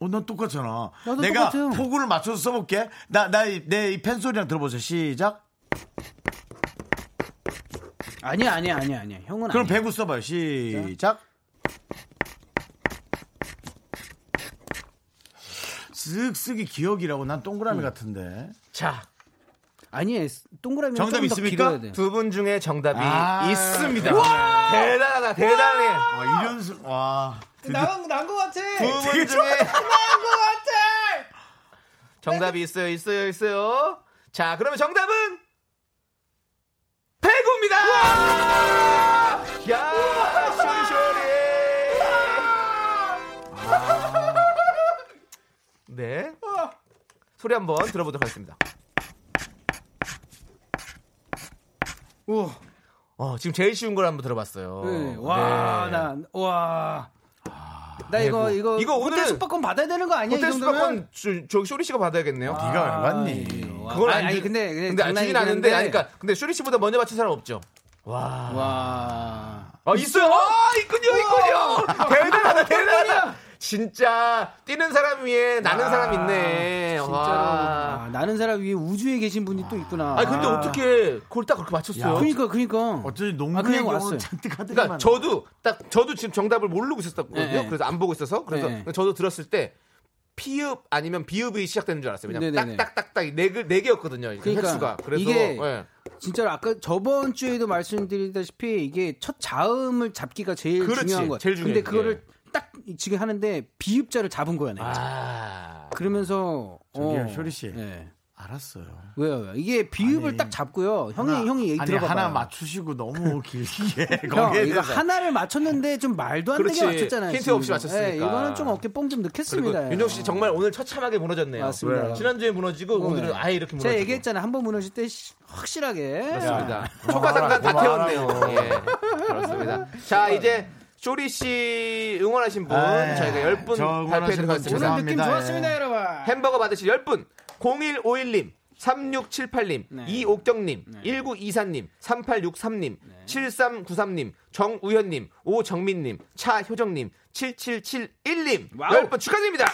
[SPEAKER 1] 어, 난 똑같잖아.
[SPEAKER 9] 나도
[SPEAKER 1] 내가
[SPEAKER 9] 똑같아요.
[SPEAKER 1] 포구를 맞춰서 써볼게. 나, 나, 내이 펜소리랑 들어보세요. 시작.
[SPEAKER 9] 아니야, 아니야, 아니야, 아니야. 형은
[SPEAKER 1] 그럼
[SPEAKER 9] 아니야.
[SPEAKER 1] 배구 써봐요. 시작. 쓱쓱이 기억이라고 난 동그라미 같은데.
[SPEAKER 2] 자,
[SPEAKER 9] 아니에요. 동그라미
[SPEAKER 1] 정답
[SPEAKER 9] 좀더
[SPEAKER 1] 있습니까?
[SPEAKER 9] 길어야 돼.
[SPEAKER 2] 두 분 중에 정답이
[SPEAKER 1] 아,
[SPEAKER 2] 있습니다. 대단하다, 대단해.
[SPEAKER 1] 와, 아, 이런, 와.
[SPEAKER 9] 그 나온 난거 같아.
[SPEAKER 2] 두 분 중에 정답이 있어요, 있어요, 있어요. 자, 그러면 정답은 배구입니다. 야, 쇼리 쇼리. 아. 네, 소리 한번 들어보도록 하겠습니다.
[SPEAKER 9] 우
[SPEAKER 2] 어, 지금 제일 쉬운 걸 한번 들어봤어요.
[SPEAKER 9] 네. 와,
[SPEAKER 2] 네.
[SPEAKER 9] 나, 와. 나 이거, 이거,
[SPEAKER 2] 이거
[SPEAKER 9] 호텔
[SPEAKER 2] 오늘은-
[SPEAKER 9] 숙박권 받아야 되는 거 아니야?
[SPEAKER 2] 호텔
[SPEAKER 9] 이 정도면?
[SPEAKER 2] 숙박권 저- 저기 쇼리 씨가 받아야겠네요.
[SPEAKER 1] 네가 왜 맞니?
[SPEAKER 2] 그건
[SPEAKER 9] 아,
[SPEAKER 2] 아니,
[SPEAKER 9] 아니, 근데, 근데,
[SPEAKER 2] 근데
[SPEAKER 9] 장난이긴
[SPEAKER 2] 주긴 아는데,
[SPEAKER 9] 한데.
[SPEAKER 2] 아니까 그러니까 근데 쇼리 씨보다 먼저 맞힌 사람 없죠.
[SPEAKER 9] 와.
[SPEAKER 2] 아 있어요? 아 있군요 있군요 대단하다 대단하다 진짜 뛰는 사람 위에 나는 사람 있네
[SPEAKER 9] 진짜로.
[SPEAKER 2] 와.
[SPEAKER 9] 아, 나는 사람 위에 우주에 계신 분이 또 있구나.
[SPEAKER 2] 아니 그러니까 근데
[SPEAKER 9] 아.
[SPEAKER 2] 어떻게 그걸 딱 그렇게 맞췄어요
[SPEAKER 9] 그니까, 그니까.
[SPEAKER 1] 어쩐지
[SPEAKER 9] 아,
[SPEAKER 1] 농구의
[SPEAKER 9] 그냥
[SPEAKER 1] 경우는
[SPEAKER 9] 왔어요.
[SPEAKER 1] 잔뜩 하더니만.
[SPEAKER 2] 그러니까 저도 딱 저도 지금 정답을 모르고 있었거든요
[SPEAKER 9] 네, 네.
[SPEAKER 2] 그래서 안 보고 있어서 그래서
[SPEAKER 9] 네, 네.
[SPEAKER 2] 저도 들었을 때 피읍 아니면 비읍이 시작되는 줄 알았어요. 왜냐면
[SPEAKER 9] 네네네.
[SPEAKER 2] 딱딱딱딱 네네 개였거든요.
[SPEAKER 9] 그러니까
[SPEAKER 2] 횟수가. 그래서
[SPEAKER 9] 이게
[SPEAKER 2] 예.
[SPEAKER 9] 진짜로 아까 저번 주에도 말씀드리다시피 이게 첫 자음을 잡기가 제일
[SPEAKER 2] 그렇지.
[SPEAKER 9] 중요한 거예요.
[SPEAKER 2] 제일 중요해요.
[SPEAKER 9] 근데 그거를 딱 지금 하는데 비읍자를 잡은 거야 내가.
[SPEAKER 2] 아.
[SPEAKER 9] 그러면서
[SPEAKER 1] 저기요,
[SPEAKER 9] 어,
[SPEAKER 1] 쇼리 씨.
[SPEAKER 9] 네.
[SPEAKER 1] 알았어요.
[SPEAKER 9] 왜요? 왜요? 이게 비읍을 딱 잡고요. 형이 형이 얘기
[SPEAKER 1] 아니,
[SPEAKER 9] 들어봐.
[SPEAKER 1] 하나 맞추시고 너무 길게
[SPEAKER 9] 형,
[SPEAKER 1] 거기에
[SPEAKER 9] 이거
[SPEAKER 1] 대해서.
[SPEAKER 9] 하나를 맞췄는데 좀 말도 안 되게
[SPEAKER 2] 그렇지.
[SPEAKER 9] 맞췄잖아요.
[SPEAKER 2] 힌트
[SPEAKER 9] 지금
[SPEAKER 2] 없이
[SPEAKER 9] 이거.
[SPEAKER 2] 맞췄으니까.
[SPEAKER 9] 예, 이거는 좀 어깨 뽕 좀
[SPEAKER 2] 그리고
[SPEAKER 9] 넣겠습니다.
[SPEAKER 2] 윤정 씨 정말 오늘 처참하게 무너졌네요.
[SPEAKER 9] 맞습니다. 왜요?
[SPEAKER 2] 지난주에 무너지고 오늘은 아예 이렇게 무너지고.
[SPEAKER 9] 제가 얘기했잖아요. 한 번 무너질 때 시- 확실하게.
[SPEAKER 2] 그렇습니다.
[SPEAKER 9] 야.
[SPEAKER 2] 초과상단 다
[SPEAKER 9] 고마워라,
[SPEAKER 2] 태웠네요.
[SPEAKER 9] 고마워라.
[SPEAKER 2] 예, 그렇습니다. 자 이제 쇼리 씨 응원하신 분
[SPEAKER 1] 아,
[SPEAKER 2] 저희가
[SPEAKER 1] 저
[SPEAKER 2] 10분
[SPEAKER 1] 응원하신
[SPEAKER 2] 발표해드리겠습니다.
[SPEAKER 1] 분 느낌 감사합니다. 좋았습니다, 예.
[SPEAKER 9] 여러분.
[SPEAKER 2] 햄버거 받으실 10분 0151님 3678님,
[SPEAKER 9] 네.
[SPEAKER 2] 이옥경님, 1924님, 3863님,
[SPEAKER 9] 네.
[SPEAKER 2] 7393님, 정우현님, 오정민님, 차효정님, 7771님, 10분 축하드립니다!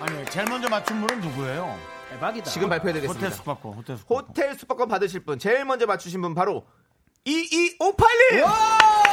[SPEAKER 1] 아니, 제일 먼저 맞춘 분은 누구예요?
[SPEAKER 9] 대박이다.
[SPEAKER 2] 지금 발표해드리겠습니다.
[SPEAKER 1] 호텔 숙박권, 호텔 숙박권.
[SPEAKER 2] 호텔 숙박권 받으실 분, 제일 먼저 맞추신 분 바로 2258님!
[SPEAKER 9] 와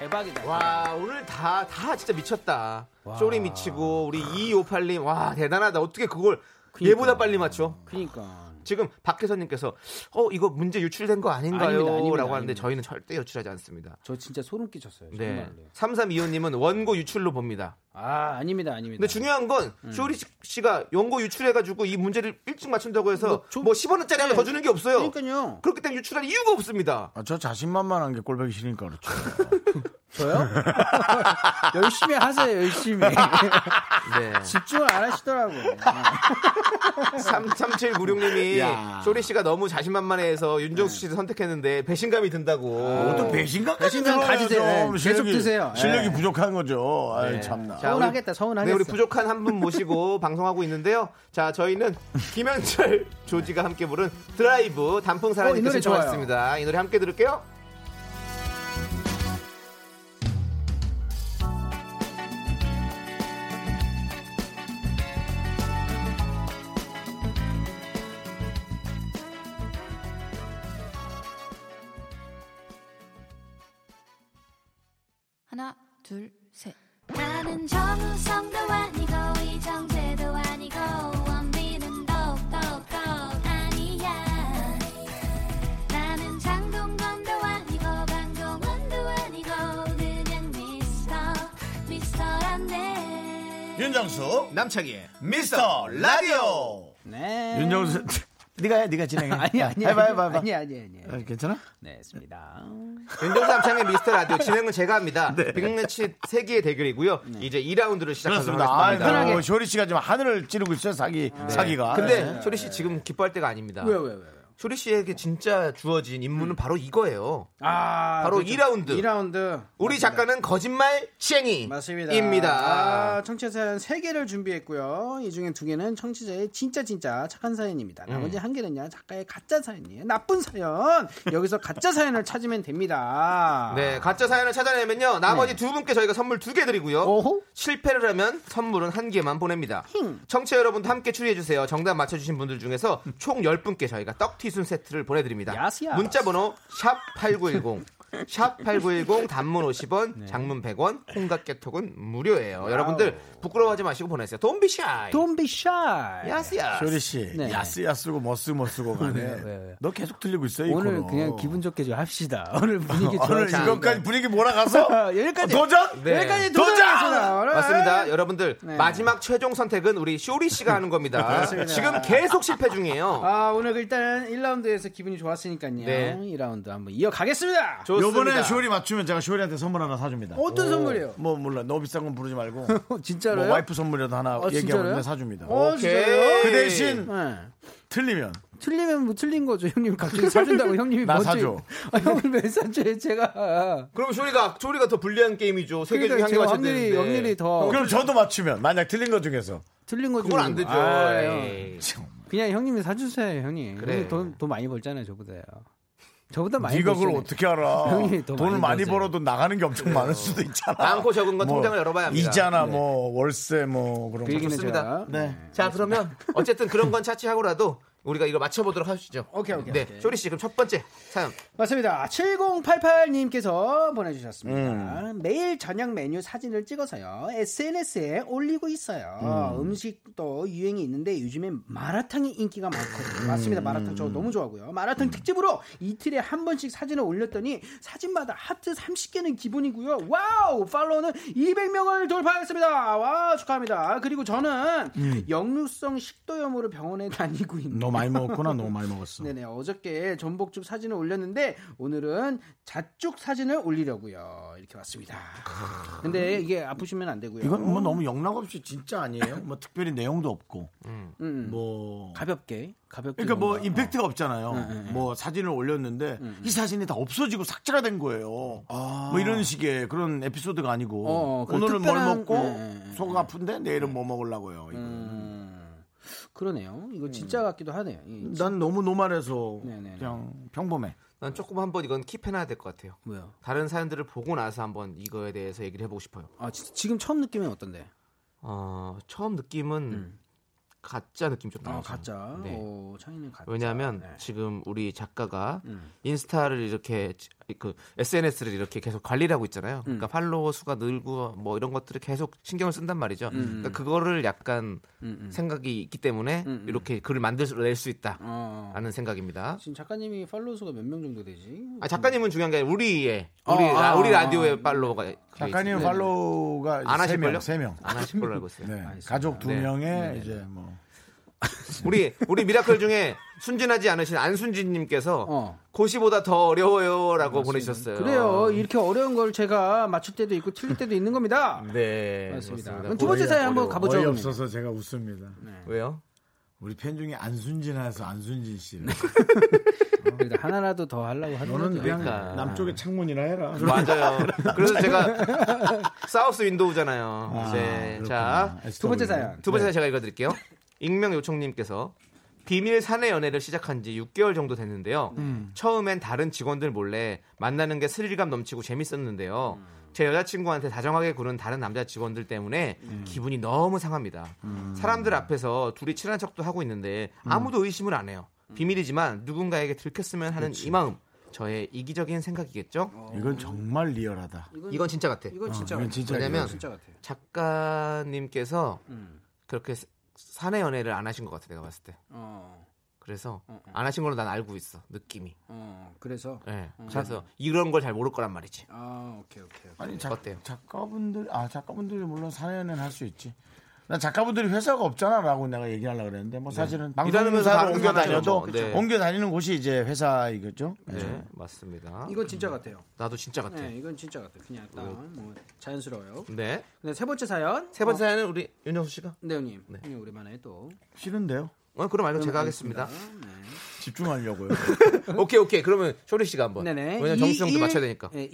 [SPEAKER 9] 대박이다.
[SPEAKER 2] 와 오늘 다 다 진짜 미쳤다. 쪼리 미치고 우리 2258님 와 대단하다. 어떻게 그걸 얘보다 빨리 맞춰?
[SPEAKER 9] 그러니까
[SPEAKER 2] 지금 박혜선님께서 어 이거 문제 유출된 거 아닌가요?
[SPEAKER 9] 아닙니다, 아닙니다,
[SPEAKER 2] 라고 하는데
[SPEAKER 9] 아닙니다.
[SPEAKER 2] 저희는 절대 유출하지 않습니다.
[SPEAKER 9] 저 진짜 소름 끼쳤어요.
[SPEAKER 2] 네.
[SPEAKER 9] 정말로.
[SPEAKER 2] 3325님은 원고 유출로 봅니다.
[SPEAKER 9] 아 아닙니다 아닙니다.
[SPEAKER 2] 근데 중요한 건
[SPEAKER 9] 음.
[SPEAKER 2] 쇼리 씨가 원고 유출해가지고 이 문제를 일찍 맞춘다고 해서 뭐 10원짜리 하나 더 주는 게 없어요.
[SPEAKER 9] 네. 그러니까요.
[SPEAKER 2] 그렇기 때문에 유출할 이유가 없습니다.
[SPEAKER 1] 아, 저 자신만만한 게 꼴보기 싫으니까 그렇죠.
[SPEAKER 9] 저요? 열심히 하세요 열심히.
[SPEAKER 2] 네.
[SPEAKER 9] 집중을 안 하시더라고.
[SPEAKER 2] 3796님이
[SPEAKER 9] 야.
[SPEAKER 2] 쇼리 씨가 너무 자신만만해서 윤정수 씨를 선택했는데 배신감이 든다고.
[SPEAKER 1] 또 아, 배신감까지
[SPEAKER 9] 배신감
[SPEAKER 1] 들어요,
[SPEAKER 9] 가지세요.
[SPEAKER 1] 좀.
[SPEAKER 9] 네,
[SPEAKER 1] 실력이-
[SPEAKER 9] 계속 드세요. 네.
[SPEAKER 1] 실력이 부족한 거죠. 아이, 참나.
[SPEAKER 2] 자, 우리-
[SPEAKER 9] 서운하겠다, 서운하겠어.
[SPEAKER 2] 네, 우리 부족한 한 분 모시고 방송하고 있는데요. 자, 저희는 김현철 조지가 함께 부른 드라이브 단풍
[SPEAKER 9] 어, 이
[SPEAKER 2] 사랑이
[SPEAKER 9] 노래
[SPEAKER 2] 끝을
[SPEAKER 9] 좋아요.
[SPEAKER 2] 정했습니다. 이 노래 함께 들을게요.
[SPEAKER 11] 하나, 둘, 셋.
[SPEAKER 5] 나는 정우성도 아니고 이정재도 아니고 원빈은 더욱더 아니야 나는 장동건도 아니고 방종원도 아니고 그냥 미스터 미스터란데
[SPEAKER 1] 윤정수
[SPEAKER 2] 남창희의
[SPEAKER 1] 미스터 라디오.
[SPEAKER 9] 네.
[SPEAKER 1] 윤정수 네가 해, 네가 진행해.
[SPEAKER 9] 아니 아니
[SPEAKER 1] 해봐,
[SPEAKER 9] 아니
[SPEAKER 1] 해봐, 해봐.
[SPEAKER 9] 아니 아니 아니.
[SPEAKER 1] 아, 괜찮아?
[SPEAKER 9] 네, 했습니다.
[SPEAKER 2] 윤정수 남창의 미스터 라디오 진행은 제가 합니다. 빅매치 세개의 대결이고요. 이제 2라운드를 시작하도록
[SPEAKER 1] 그렇습니다.
[SPEAKER 2] 하겠습니다.
[SPEAKER 1] 아, 편 쇼리 씨가 지금 하늘을 찌르고 있어요. 사기
[SPEAKER 2] 네.
[SPEAKER 1] 사기가.
[SPEAKER 2] 근데
[SPEAKER 1] 네.
[SPEAKER 2] 쇼리 씨 지금 기뻐할 때가 아닙니다.
[SPEAKER 1] 왜요, 왜요,
[SPEAKER 2] 쇼리 씨에게 진짜 주어진
[SPEAKER 9] 음.
[SPEAKER 2] 임무는 바로 이거예요.
[SPEAKER 9] 아,
[SPEAKER 2] 바로
[SPEAKER 9] 그렇죠.
[SPEAKER 2] 2라운드.
[SPEAKER 9] 2라운드.
[SPEAKER 2] 우리 작가는 거짓말 시행이 입니다.
[SPEAKER 9] 아, 청취자 사연 3개를 준비했고요. 이 중에 2개는 청취자의 진짜 진짜 착한 사연입니다. 나머지
[SPEAKER 2] 음.
[SPEAKER 9] 한 개는요. 작가의 가짜 사연이에요. 나쁜 사연. 여기서 가짜 사연을 찾으면 됩니다.
[SPEAKER 2] 네, 가짜 사연을 찾아내면요.
[SPEAKER 9] 네.
[SPEAKER 2] 나머지 두 분께 저희가 선물 두 개 드리고요. 실패를 하면 선물은 한 개만 보냅니다. 청취자 여러분도 함께 추리해주세요. 정답 맞춰주신 분들 중에서 총 10분께 저희가 떡튀순 세트를 보내드립니다.
[SPEAKER 9] 음. 야스야.
[SPEAKER 2] 문자번호 샵8910. 샵8910 단문 50원,
[SPEAKER 9] 네.
[SPEAKER 2] 장문 100원, 콩깍개톡은 무료예요. 여러분들 부끄러워하지 마시고 보내세요. Don't be shy.
[SPEAKER 9] Don't be shy.
[SPEAKER 2] 야스야.
[SPEAKER 1] 쇼리 씨,
[SPEAKER 9] 네.
[SPEAKER 1] 야스 야스고 머쓰고 머쓰고
[SPEAKER 9] 네, 네,
[SPEAKER 1] 간에 너 계속 틀리고 있어 이
[SPEAKER 9] 오늘
[SPEAKER 1] 코너.
[SPEAKER 9] 그냥 기분 좋게 좀 합시다. 오늘 분위기 좋아.
[SPEAKER 1] 오늘 이것까지 분위기 몰아가서
[SPEAKER 9] 여기까지
[SPEAKER 1] 도전?
[SPEAKER 2] 네.
[SPEAKER 9] 여기까지
[SPEAKER 1] 도전!
[SPEAKER 9] 도전하겠습니다. 오늘.
[SPEAKER 2] 맞습니다. 여러분들 마지막 최종 선택은 우리 쇼리 씨가 하는 겁니다.
[SPEAKER 9] 네. 맞습니다.
[SPEAKER 2] 지금 계속 실패 중이에요.
[SPEAKER 9] 아, 오늘 그 일단은 1라운드에서 기분이 좋았으니까요.
[SPEAKER 2] 네.
[SPEAKER 9] 2라운드 한번 이어가겠습니다.
[SPEAKER 1] 요번에 쇼리 맞추면 제가 쇼리한테 선물 하나 사줍니다.
[SPEAKER 9] 어떤 선물이에요? 어,
[SPEAKER 1] 뭐 몰라. 너무 비싼 건 부르지 말고.
[SPEAKER 9] 진짜로요?
[SPEAKER 1] 뭐 와이프 선물이라도 하나
[SPEAKER 9] 아, 진짜로요?
[SPEAKER 1] 얘기하면 사줍니다.
[SPEAKER 9] 어, 진짜요?
[SPEAKER 1] 그 대신
[SPEAKER 9] 네.
[SPEAKER 1] 틀리면
[SPEAKER 9] 틀리면 뭐 틀린 거죠. 형님 갑자기 사준다고 형님이
[SPEAKER 1] 나
[SPEAKER 9] 먼저-
[SPEAKER 1] 사줘. 그러니까
[SPEAKER 9] 아, 형을 왜 사줘요? 제가.
[SPEAKER 2] 그럼 쇼리가 쇼리가 더 불리한 게임이죠. 세개 중에
[SPEAKER 9] 그러니까
[SPEAKER 2] 한개
[SPEAKER 9] 제가
[SPEAKER 2] 맞춰야
[SPEAKER 9] 확률이-
[SPEAKER 2] 되는데.
[SPEAKER 9] 확률이 더-
[SPEAKER 1] 그럼 저도 맞추면 만약 틀린 것 중에서
[SPEAKER 9] 틀린 거죠.
[SPEAKER 2] 그건 안 되죠.
[SPEAKER 9] 아,
[SPEAKER 1] 예.
[SPEAKER 2] 에이.
[SPEAKER 9] 그냥 형님이 사주세요, 형님.
[SPEAKER 2] 그래.
[SPEAKER 9] 형님 돈, 돈 많이 벌잖아요, 저보다요. 저보다 많이
[SPEAKER 1] 네가 그걸
[SPEAKER 9] 벌잖아요.
[SPEAKER 1] 어떻게 알아?
[SPEAKER 9] 형이 더
[SPEAKER 1] 돈을 많이
[SPEAKER 9] 벌어요.
[SPEAKER 1] 벌어도 나가는 게 엄청 많을 수도 있잖아. 뭐
[SPEAKER 2] 많고 적은
[SPEAKER 9] 뭐,
[SPEAKER 2] 건 통장을 열어봐야 합니다.
[SPEAKER 1] 이자나 뭐 월세 뭐 그런
[SPEAKER 9] 그 얘기는
[SPEAKER 1] 거.
[SPEAKER 9] 네.
[SPEAKER 2] 네.
[SPEAKER 9] 제가. 네.
[SPEAKER 2] 자 그러면 어쨌든 그런 건 차치하고라도 우리가 이거 맞춰보도록 하시죠.
[SPEAKER 9] 오케이, 오케이,
[SPEAKER 2] 네,
[SPEAKER 9] 오케이.
[SPEAKER 2] 쇼리 씨 그럼 첫 번째 사연.
[SPEAKER 9] 맞습니다. 7088님께서 보내주셨습니다. 매일 저녁 메뉴 사진을 찍어서요. SNS에 올리고 있어요. 음. 식도 유행이 있는데 요즘엔 마라탕이 인기가 많거든요. 맞습니다. 마라탕 저 너무 좋아하고요. 마라탕 특집으로 이틀에 한 번씩 사진을 올렸더니 사진마다 하트 30개는 기본이고요. 와우! 팔로우는 200명을 돌파했습니다. 와, 축하합니다. 그리고 저는 역류성 식도염으로 병원에 다니고 있는
[SPEAKER 1] 너무 많이 먹었구나. 너무 많이 먹었어.
[SPEAKER 9] 네네 어저께 전복죽 사진을 올렸는데 오늘은 잣죽 사진을 올리려고요 이렇게 왔습니다. 근데 이게 아프시면 안 되고요.
[SPEAKER 1] 이건
[SPEAKER 2] 음.
[SPEAKER 1] 뭐 너무 영락 없이 진짜 아니에요. 뭐 특별히 내용도 없고
[SPEAKER 9] 음,
[SPEAKER 1] 뭐
[SPEAKER 9] 가볍게 가볍게
[SPEAKER 1] 그러니까 뭐
[SPEAKER 9] 뭔가- 음,
[SPEAKER 1] 임팩트가 없잖아요. 뭐 사진을 올렸는데 이 사진이 다 없어지고 삭제가 된 거예요. 뭐 이런 식의 그런 에피소드가 아니고
[SPEAKER 9] 아. 어, 그
[SPEAKER 1] 오늘은 뭘
[SPEAKER 9] 특별한-
[SPEAKER 1] 먹고
[SPEAKER 9] 네, 네,
[SPEAKER 1] 속 아픈데 내일은 뭐 먹으려고요. 이거.
[SPEAKER 9] 음, 그러네요. 이거 진짜 같기도 하네요. 이,
[SPEAKER 1] 난 너무 노말해서
[SPEAKER 9] 네, 네, 네.
[SPEAKER 1] 그냥 평범해.
[SPEAKER 2] 난 조금 한번 이건 킵해놔야 될 것 같아요.
[SPEAKER 9] 뭐야?
[SPEAKER 2] 다른 사연들을 보고 나서 한번 이거에 대해서 얘기를 해보고 싶어요.
[SPEAKER 9] 아 진짜 지금 처음 느낌은 어떤데?
[SPEAKER 2] 어, 처음 느낌은 가짜 느낌 좀 나요.
[SPEAKER 9] 아 가짜.
[SPEAKER 2] 네.
[SPEAKER 9] 오, 창이는 가짜.
[SPEAKER 2] 왜냐하면
[SPEAKER 9] 네. 음.
[SPEAKER 2] 지금 우리 작가가 인스타를 이렇게 지- 그 SNS를 이렇게 계속 관리를 하고
[SPEAKER 9] 음.
[SPEAKER 2] 있잖아요. 그러니까 팔로워 수가 늘고 뭐 이런 것들을 계속 신경을 쓴단 말이죠.
[SPEAKER 9] 음,
[SPEAKER 2] 그러니까 그거를 약간 생각이 있기 때문에 이렇게 글을 만들어낼 수 있다라는
[SPEAKER 9] 음, 어,
[SPEAKER 2] 생각입니다.
[SPEAKER 9] 지금 작가님이 팔로우 수가 몇 명 정도 되지?
[SPEAKER 2] 아, 작가님은 중요한 게 아니라 우리의 우리
[SPEAKER 9] 어,
[SPEAKER 2] 라-
[SPEAKER 9] 아,
[SPEAKER 2] 우리
[SPEAKER 9] 아,
[SPEAKER 2] 라디오의 팔로워가
[SPEAKER 1] 작가님
[SPEAKER 2] 네.
[SPEAKER 1] 팔로우가
[SPEAKER 2] 안
[SPEAKER 1] 세
[SPEAKER 2] 하실
[SPEAKER 1] 명,
[SPEAKER 2] 걸요?
[SPEAKER 1] 세 명.
[SPEAKER 2] 안 하실 걸로 알고 있어요.
[SPEAKER 1] 네, 가족 두
[SPEAKER 2] 네.
[SPEAKER 1] 명에 이제 뭐
[SPEAKER 2] 우리 우리 미라클 중에 순진하지 않으신 안순진님께서
[SPEAKER 9] 어.
[SPEAKER 2] 고시보다 더 어려워요라고 보내주셨어요.
[SPEAKER 9] 그래요. 이렇게 어려운 걸 제가 맞출 때도 있고 틀릴 때도 있는 겁니다.
[SPEAKER 2] 네
[SPEAKER 9] 맞습니다.
[SPEAKER 2] 그렇습니다.
[SPEAKER 9] 그럼 두 번째 사연 한번
[SPEAKER 2] 어려워.
[SPEAKER 9] 가보죠. 그죠?
[SPEAKER 1] 제가 웃습니다.
[SPEAKER 2] 왜요?
[SPEAKER 1] 우리 팬 중에 안순진해서 안순진 씨.
[SPEAKER 2] 네.
[SPEAKER 9] 그래도 그러니까 하나라도 더 하려고 하는 거죠.
[SPEAKER 2] 그러니까.
[SPEAKER 1] 남쪽에 창문이라 해라.
[SPEAKER 2] 맞아요. 그래서 제가 사우스 윈도우잖아요. 네. 자,
[SPEAKER 9] 두 번째 사연.
[SPEAKER 2] 두 번째 제가 읽어드릴게요. 익명 요청님께서 비밀 사내 연애를 시작한 지 6개월 정도 됐는데요. 처음엔 다른 직원들 몰래 만나는 게 스릴감 넘치고 재밌었는데요. 제 여자친구한테 다정하게 구는 다른 남자 직원들 때문에 기분이 너무 상합니다. 사람들 앞에서 둘이 친한 척도 하고 있는데 아무도 의심을 안 해요. 비밀이지만 누군가에게 들켰으면 하는 이 마음. 저의 이기적인 생각이겠죠?
[SPEAKER 1] 이건 정말 리얼하다.
[SPEAKER 2] 이건 진짜 같아.
[SPEAKER 9] 이건 진짜
[SPEAKER 1] 어, 이건
[SPEAKER 9] 같아.
[SPEAKER 1] 진짜
[SPEAKER 2] 왜냐면
[SPEAKER 1] 리얼.
[SPEAKER 9] 진짜 같아요.
[SPEAKER 2] 작가님께서
[SPEAKER 9] 음.
[SPEAKER 2] 그렇게 사- 사내 연애를 안 하신 것 같아 내가 봤을 때
[SPEAKER 9] 어,
[SPEAKER 2] 그래서 안 하신 걸로 난 알고 있어 느낌이
[SPEAKER 9] 어, 그래서
[SPEAKER 2] 예 그래서 이런 걸 잘 모를 거란 말이지
[SPEAKER 9] 아, 오케이, 오케이. 오케이.
[SPEAKER 1] 아니 작,
[SPEAKER 2] 어때요?
[SPEAKER 1] 작가분들 아 작가분들이 물론 사연은 할 수 있지. 난 작가분들이 회사가 없잖아라고 내가 얘기하려고 그랬는데 뭐 사실은
[SPEAKER 2] 네. 일하면서
[SPEAKER 1] 방송사로
[SPEAKER 2] 다른
[SPEAKER 1] 옮겨
[SPEAKER 2] 사람이죠,
[SPEAKER 1] 다녀도
[SPEAKER 2] 뭐. 네.
[SPEAKER 1] 옮겨 다니는 곳이 이제 회사 이거죠. 그렇죠.
[SPEAKER 2] 네 맞습니다
[SPEAKER 9] 이건 진짜 같아요.
[SPEAKER 2] 나도 진짜 같아
[SPEAKER 9] 네, 이건 진짜 같아요. 그냥 일단 뭐 자연스러워요.
[SPEAKER 2] 네세
[SPEAKER 9] 근데 세 번째 사연. 어,
[SPEAKER 2] 번째 사연은 우리 윤정수 씨가
[SPEAKER 9] 네, 형님. 형님 오랜만에 또.
[SPEAKER 1] 싫은데요.
[SPEAKER 2] 어 그럼 말고 제가 하겠습니다
[SPEAKER 1] 집중하려고요.
[SPEAKER 2] 오케이 오케이 그러면 쇼리 씨가 한번
[SPEAKER 9] 네네.
[SPEAKER 2] 왜냐면 정수 형도
[SPEAKER 9] 21
[SPEAKER 2] 맞춰야 되니까
[SPEAKER 9] 네,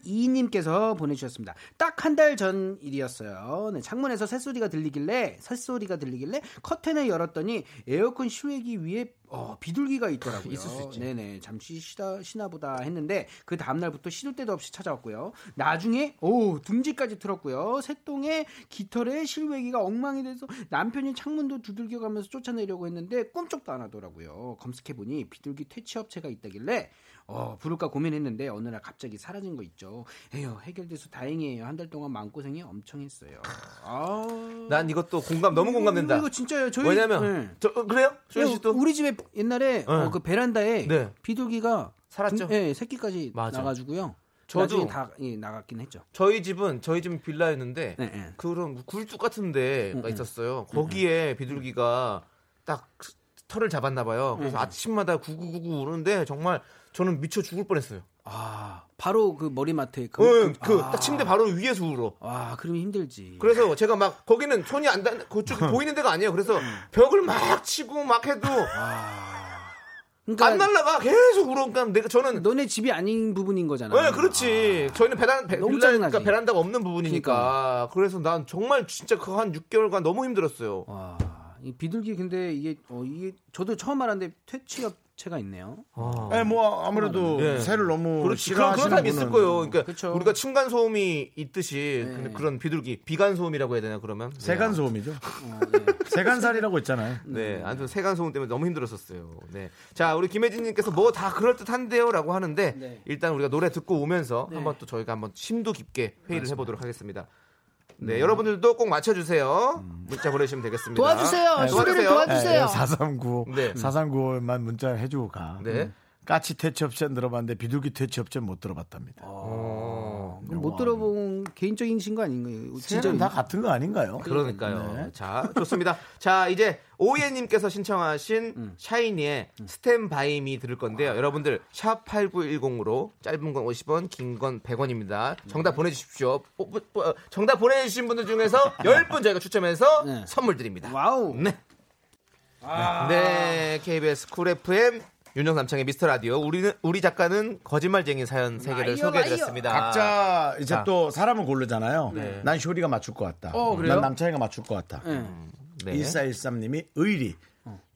[SPEAKER 9] 2132님께서 보내주셨습니다. 딱 한 달 전 일이었어요. 네, 창문에서 새소리가 들리길래, 새소리가 들리길래 커튼을 열었더니 에어컨 실외기 위에 어, 비둘기가 있더라고요.
[SPEAKER 2] 있을 수 있지.
[SPEAKER 9] 네네. 잠시 쉬다, 쉬나보다 했는데 그 다음날부터 시도 때도 없이 찾아왔고요. 나중에, 오, 둥지까지 틀었고요. 새똥에 깃털에 실외기가 엉망이 돼서 남편이 창문도 두들겨가면서 쫓아내려고 했는데 꿈쩍도 안 하더라고요. 검색해보니 비둘기 퇴치업체가 있다길래 어, 부를까 고민했는데 어느 날 갑자기 사라진 거 있죠. 에휴, 해결돼서 다행이에요. 한 달 동안 마음고생이 엄청 했어요. 아.
[SPEAKER 2] 난 이것도 공감 너무 공감된다
[SPEAKER 9] 이거 진짜요. 저희
[SPEAKER 2] 왜냐면
[SPEAKER 9] 네.
[SPEAKER 2] 저, 어, 그래요 쇼리
[SPEAKER 9] 야,
[SPEAKER 2] 씨도
[SPEAKER 9] 우리 집에 옛날에 어, 그 베란다에
[SPEAKER 2] 네.
[SPEAKER 9] 비둘기가
[SPEAKER 2] 살았죠?
[SPEAKER 9] 둥- 예, 새끼까지
[SPEAKER 2] 맞아.
[SPEAKER 9] 나가지고요.
[SPEAKER 2] 저도-
[SPEAKER 9] 나중에 다 예, 나갔긴 했죠.
[SPEAKER 2] 저희 집은 저희 집은 빌라였는데
[SPEAKER 9] 네, 네.
[SPEAKER 2] 그런 굴뚝 같은 데가
[SPEAKER 9] 음,
[SPEAKER 2] 있었어요. 거기에 비둘기가 딱 털을 잡았나 봐요.
[SPEAKER 9] 음.
[SPEAKER 2] 그래서 아침마다 구구구구 우는데 정말 저는 미쳐 죽을 뻔했어요.
[SPEAKER 9] 아, 바로 그 머리맡에 그,
[SPEAKER 2] 그,
[SPEAKER 9] 그-
[SPEAKER 2] 그
[SPEAKER 9] 아,
[SPEAKER 2] 딱 침대 바로 위에서 울어.
[SPEAKER 9] 와, 그러면 힘들지.
[SPEAKER 2] 그래서 제가 막 거기는 손이 안 닿는 그쪽이
[SPEAKER 9] 음.
[SPEAKER 2] 보이는 데가 아니에요. 그래서 벽을 막 치고 막 해도
[SPEAKER 9] 아. 그러니까
[SPEAKER 2] 안 날라가 계속 울어. 그러니까 내가 저는
[SPEAKER 9] 너네 집이 아닌 부분인 음. 거잖아.
[SPEAKER 2] 네, 그렇지. 저희는 베란, 베,
[SPEAKER 9] 너무
[SPEAKER 2] 빌라니까
[SPEAKER 9] 짜증나지. 그러니까.
[SPEAKER 2] 베란다가 없는 부분이니까. 그래서난 정말 진짜 그 한 6개월간 너무 힘들었어요.
[SPEAKER 9] 와, 이 비둘기 근데 이게 어 이게 저도 처음 알았는데 퇴치업 업체가 있네요.
[SPEAKER 2] 아,
[SPEAKER 1] 네, 뭐 아무래도
[SPEAKER 2] 예.
[SPEAKER 1] 새를 너무
[SPEAKER 2] 그렇지.
[SPEAKER 1] 싫어하시는
[SPEAKER 2] 그런 그런 사람 있을
[SPEAKER 1] 분은-
[SPEAKER 2] 거예요. 그러니까
[SPEAKER 9] 그쵸. 네.
[SPEAKER 2] 우리가 층간 소음이 있듯이 근데 그런 비둘기 비간 소음이라고 해야 되나 그러면
[SPEAKER 1] 세간 소음이죠. 세간살이라고 있잖아요.
[SPEAKER 2] 네, 아무튼 세간 소음 때문에 너무 힘들었었어요. 네, 자 우리 김혜진님께서 뭐 다 그럴 듯한데요라고 하는데
[SPEAKER 9] 네.
[SPEAKER 2] 일단 우리가 노래 듣고 오면서
[SPEAKER 9] 네.
[SPEAKER 2] 한번 또 저희가 한번 심도 깊게 회의를 해보도록 하겠습니다.
[SPEAKER 1] 음.
[SPEAKER 2] 네, 여러분들도 꼭 맞춰주세요. 문자 보내시면 되겠습니다.
[SPEAKER 9] 도와주세요.
[SPEAKER 2] 네,
[SPEAKER 9] 수리를 도와주세요.
[SPEAKER 1] 439.
[SPEAKER 2] 네.
[SPEAKER 1] 439만 예, 문자를 해주고 가.
[SPEAKER 2] 네.
[SPEAKER 1] 음. 까치 퇴치 업체는 들어봤는데 비둘기 퇴치 업체는 못 들어봤답니다.
[SPEAKER 2] 아, 어,
[SPEAKER 9] 그럼 못 들어본 개인적인 신거 아닌가요?
[SPEAKER 1] 진짜 다 같은 거 아닌가요?
[SPEAKER 2] 그러니까요.
[SPEAKER 1] 네.
[SPEAKER 2] 자, 좋습니다. 자, 이제 오예님께서 신청하신
[SPEAKER 1] 음.
[SPEAKER 2] 샤이니의 스탠바이미 들을 건데요. 여러분들 샵 8910으로 짧은 건 50원, 긴 건 100원입니다.
[SPEAKER 1] 네.
[SPEAKER 2] 정답 보내주십시오. 뽀- 뽀- 뽀- 정답 보내주신 분들 중에서 10분 저희가 추첨해서
[SPEAKER 9] 네.
[SPEAKER 2] 선물 드립니다.
[SPEAKER 9] 와우.
[SPEAKER 2] 네.
[SPEAKER 1] 아.
[SPEAKER 2] 네, KBS 쿨 FM 윤정삼창의 미스터 라디오. 우리는 우리 작가는 거짓말쟁이 사연 세 개를
[SPEAKER 9] 라이어,
[SPEAKER 2] 소개해드렸습니다.
[SPEAKER 1] 각자 이제
[SPEAKER 2] 아. 자.
[SPEAKER 1] 또 사람을 고르잖아요. 난 쇼리가 맞출 것 같다.
[SPEAKER 9] 어, 그래요?
[SPEAKER 1] 난 남창이가 맞출 것
[SPEAKER 9] 예.
[SPEAKER 1] 같다.
[SPEAKER 2] 네.
[SPEAKER 1] 1413님이 의리.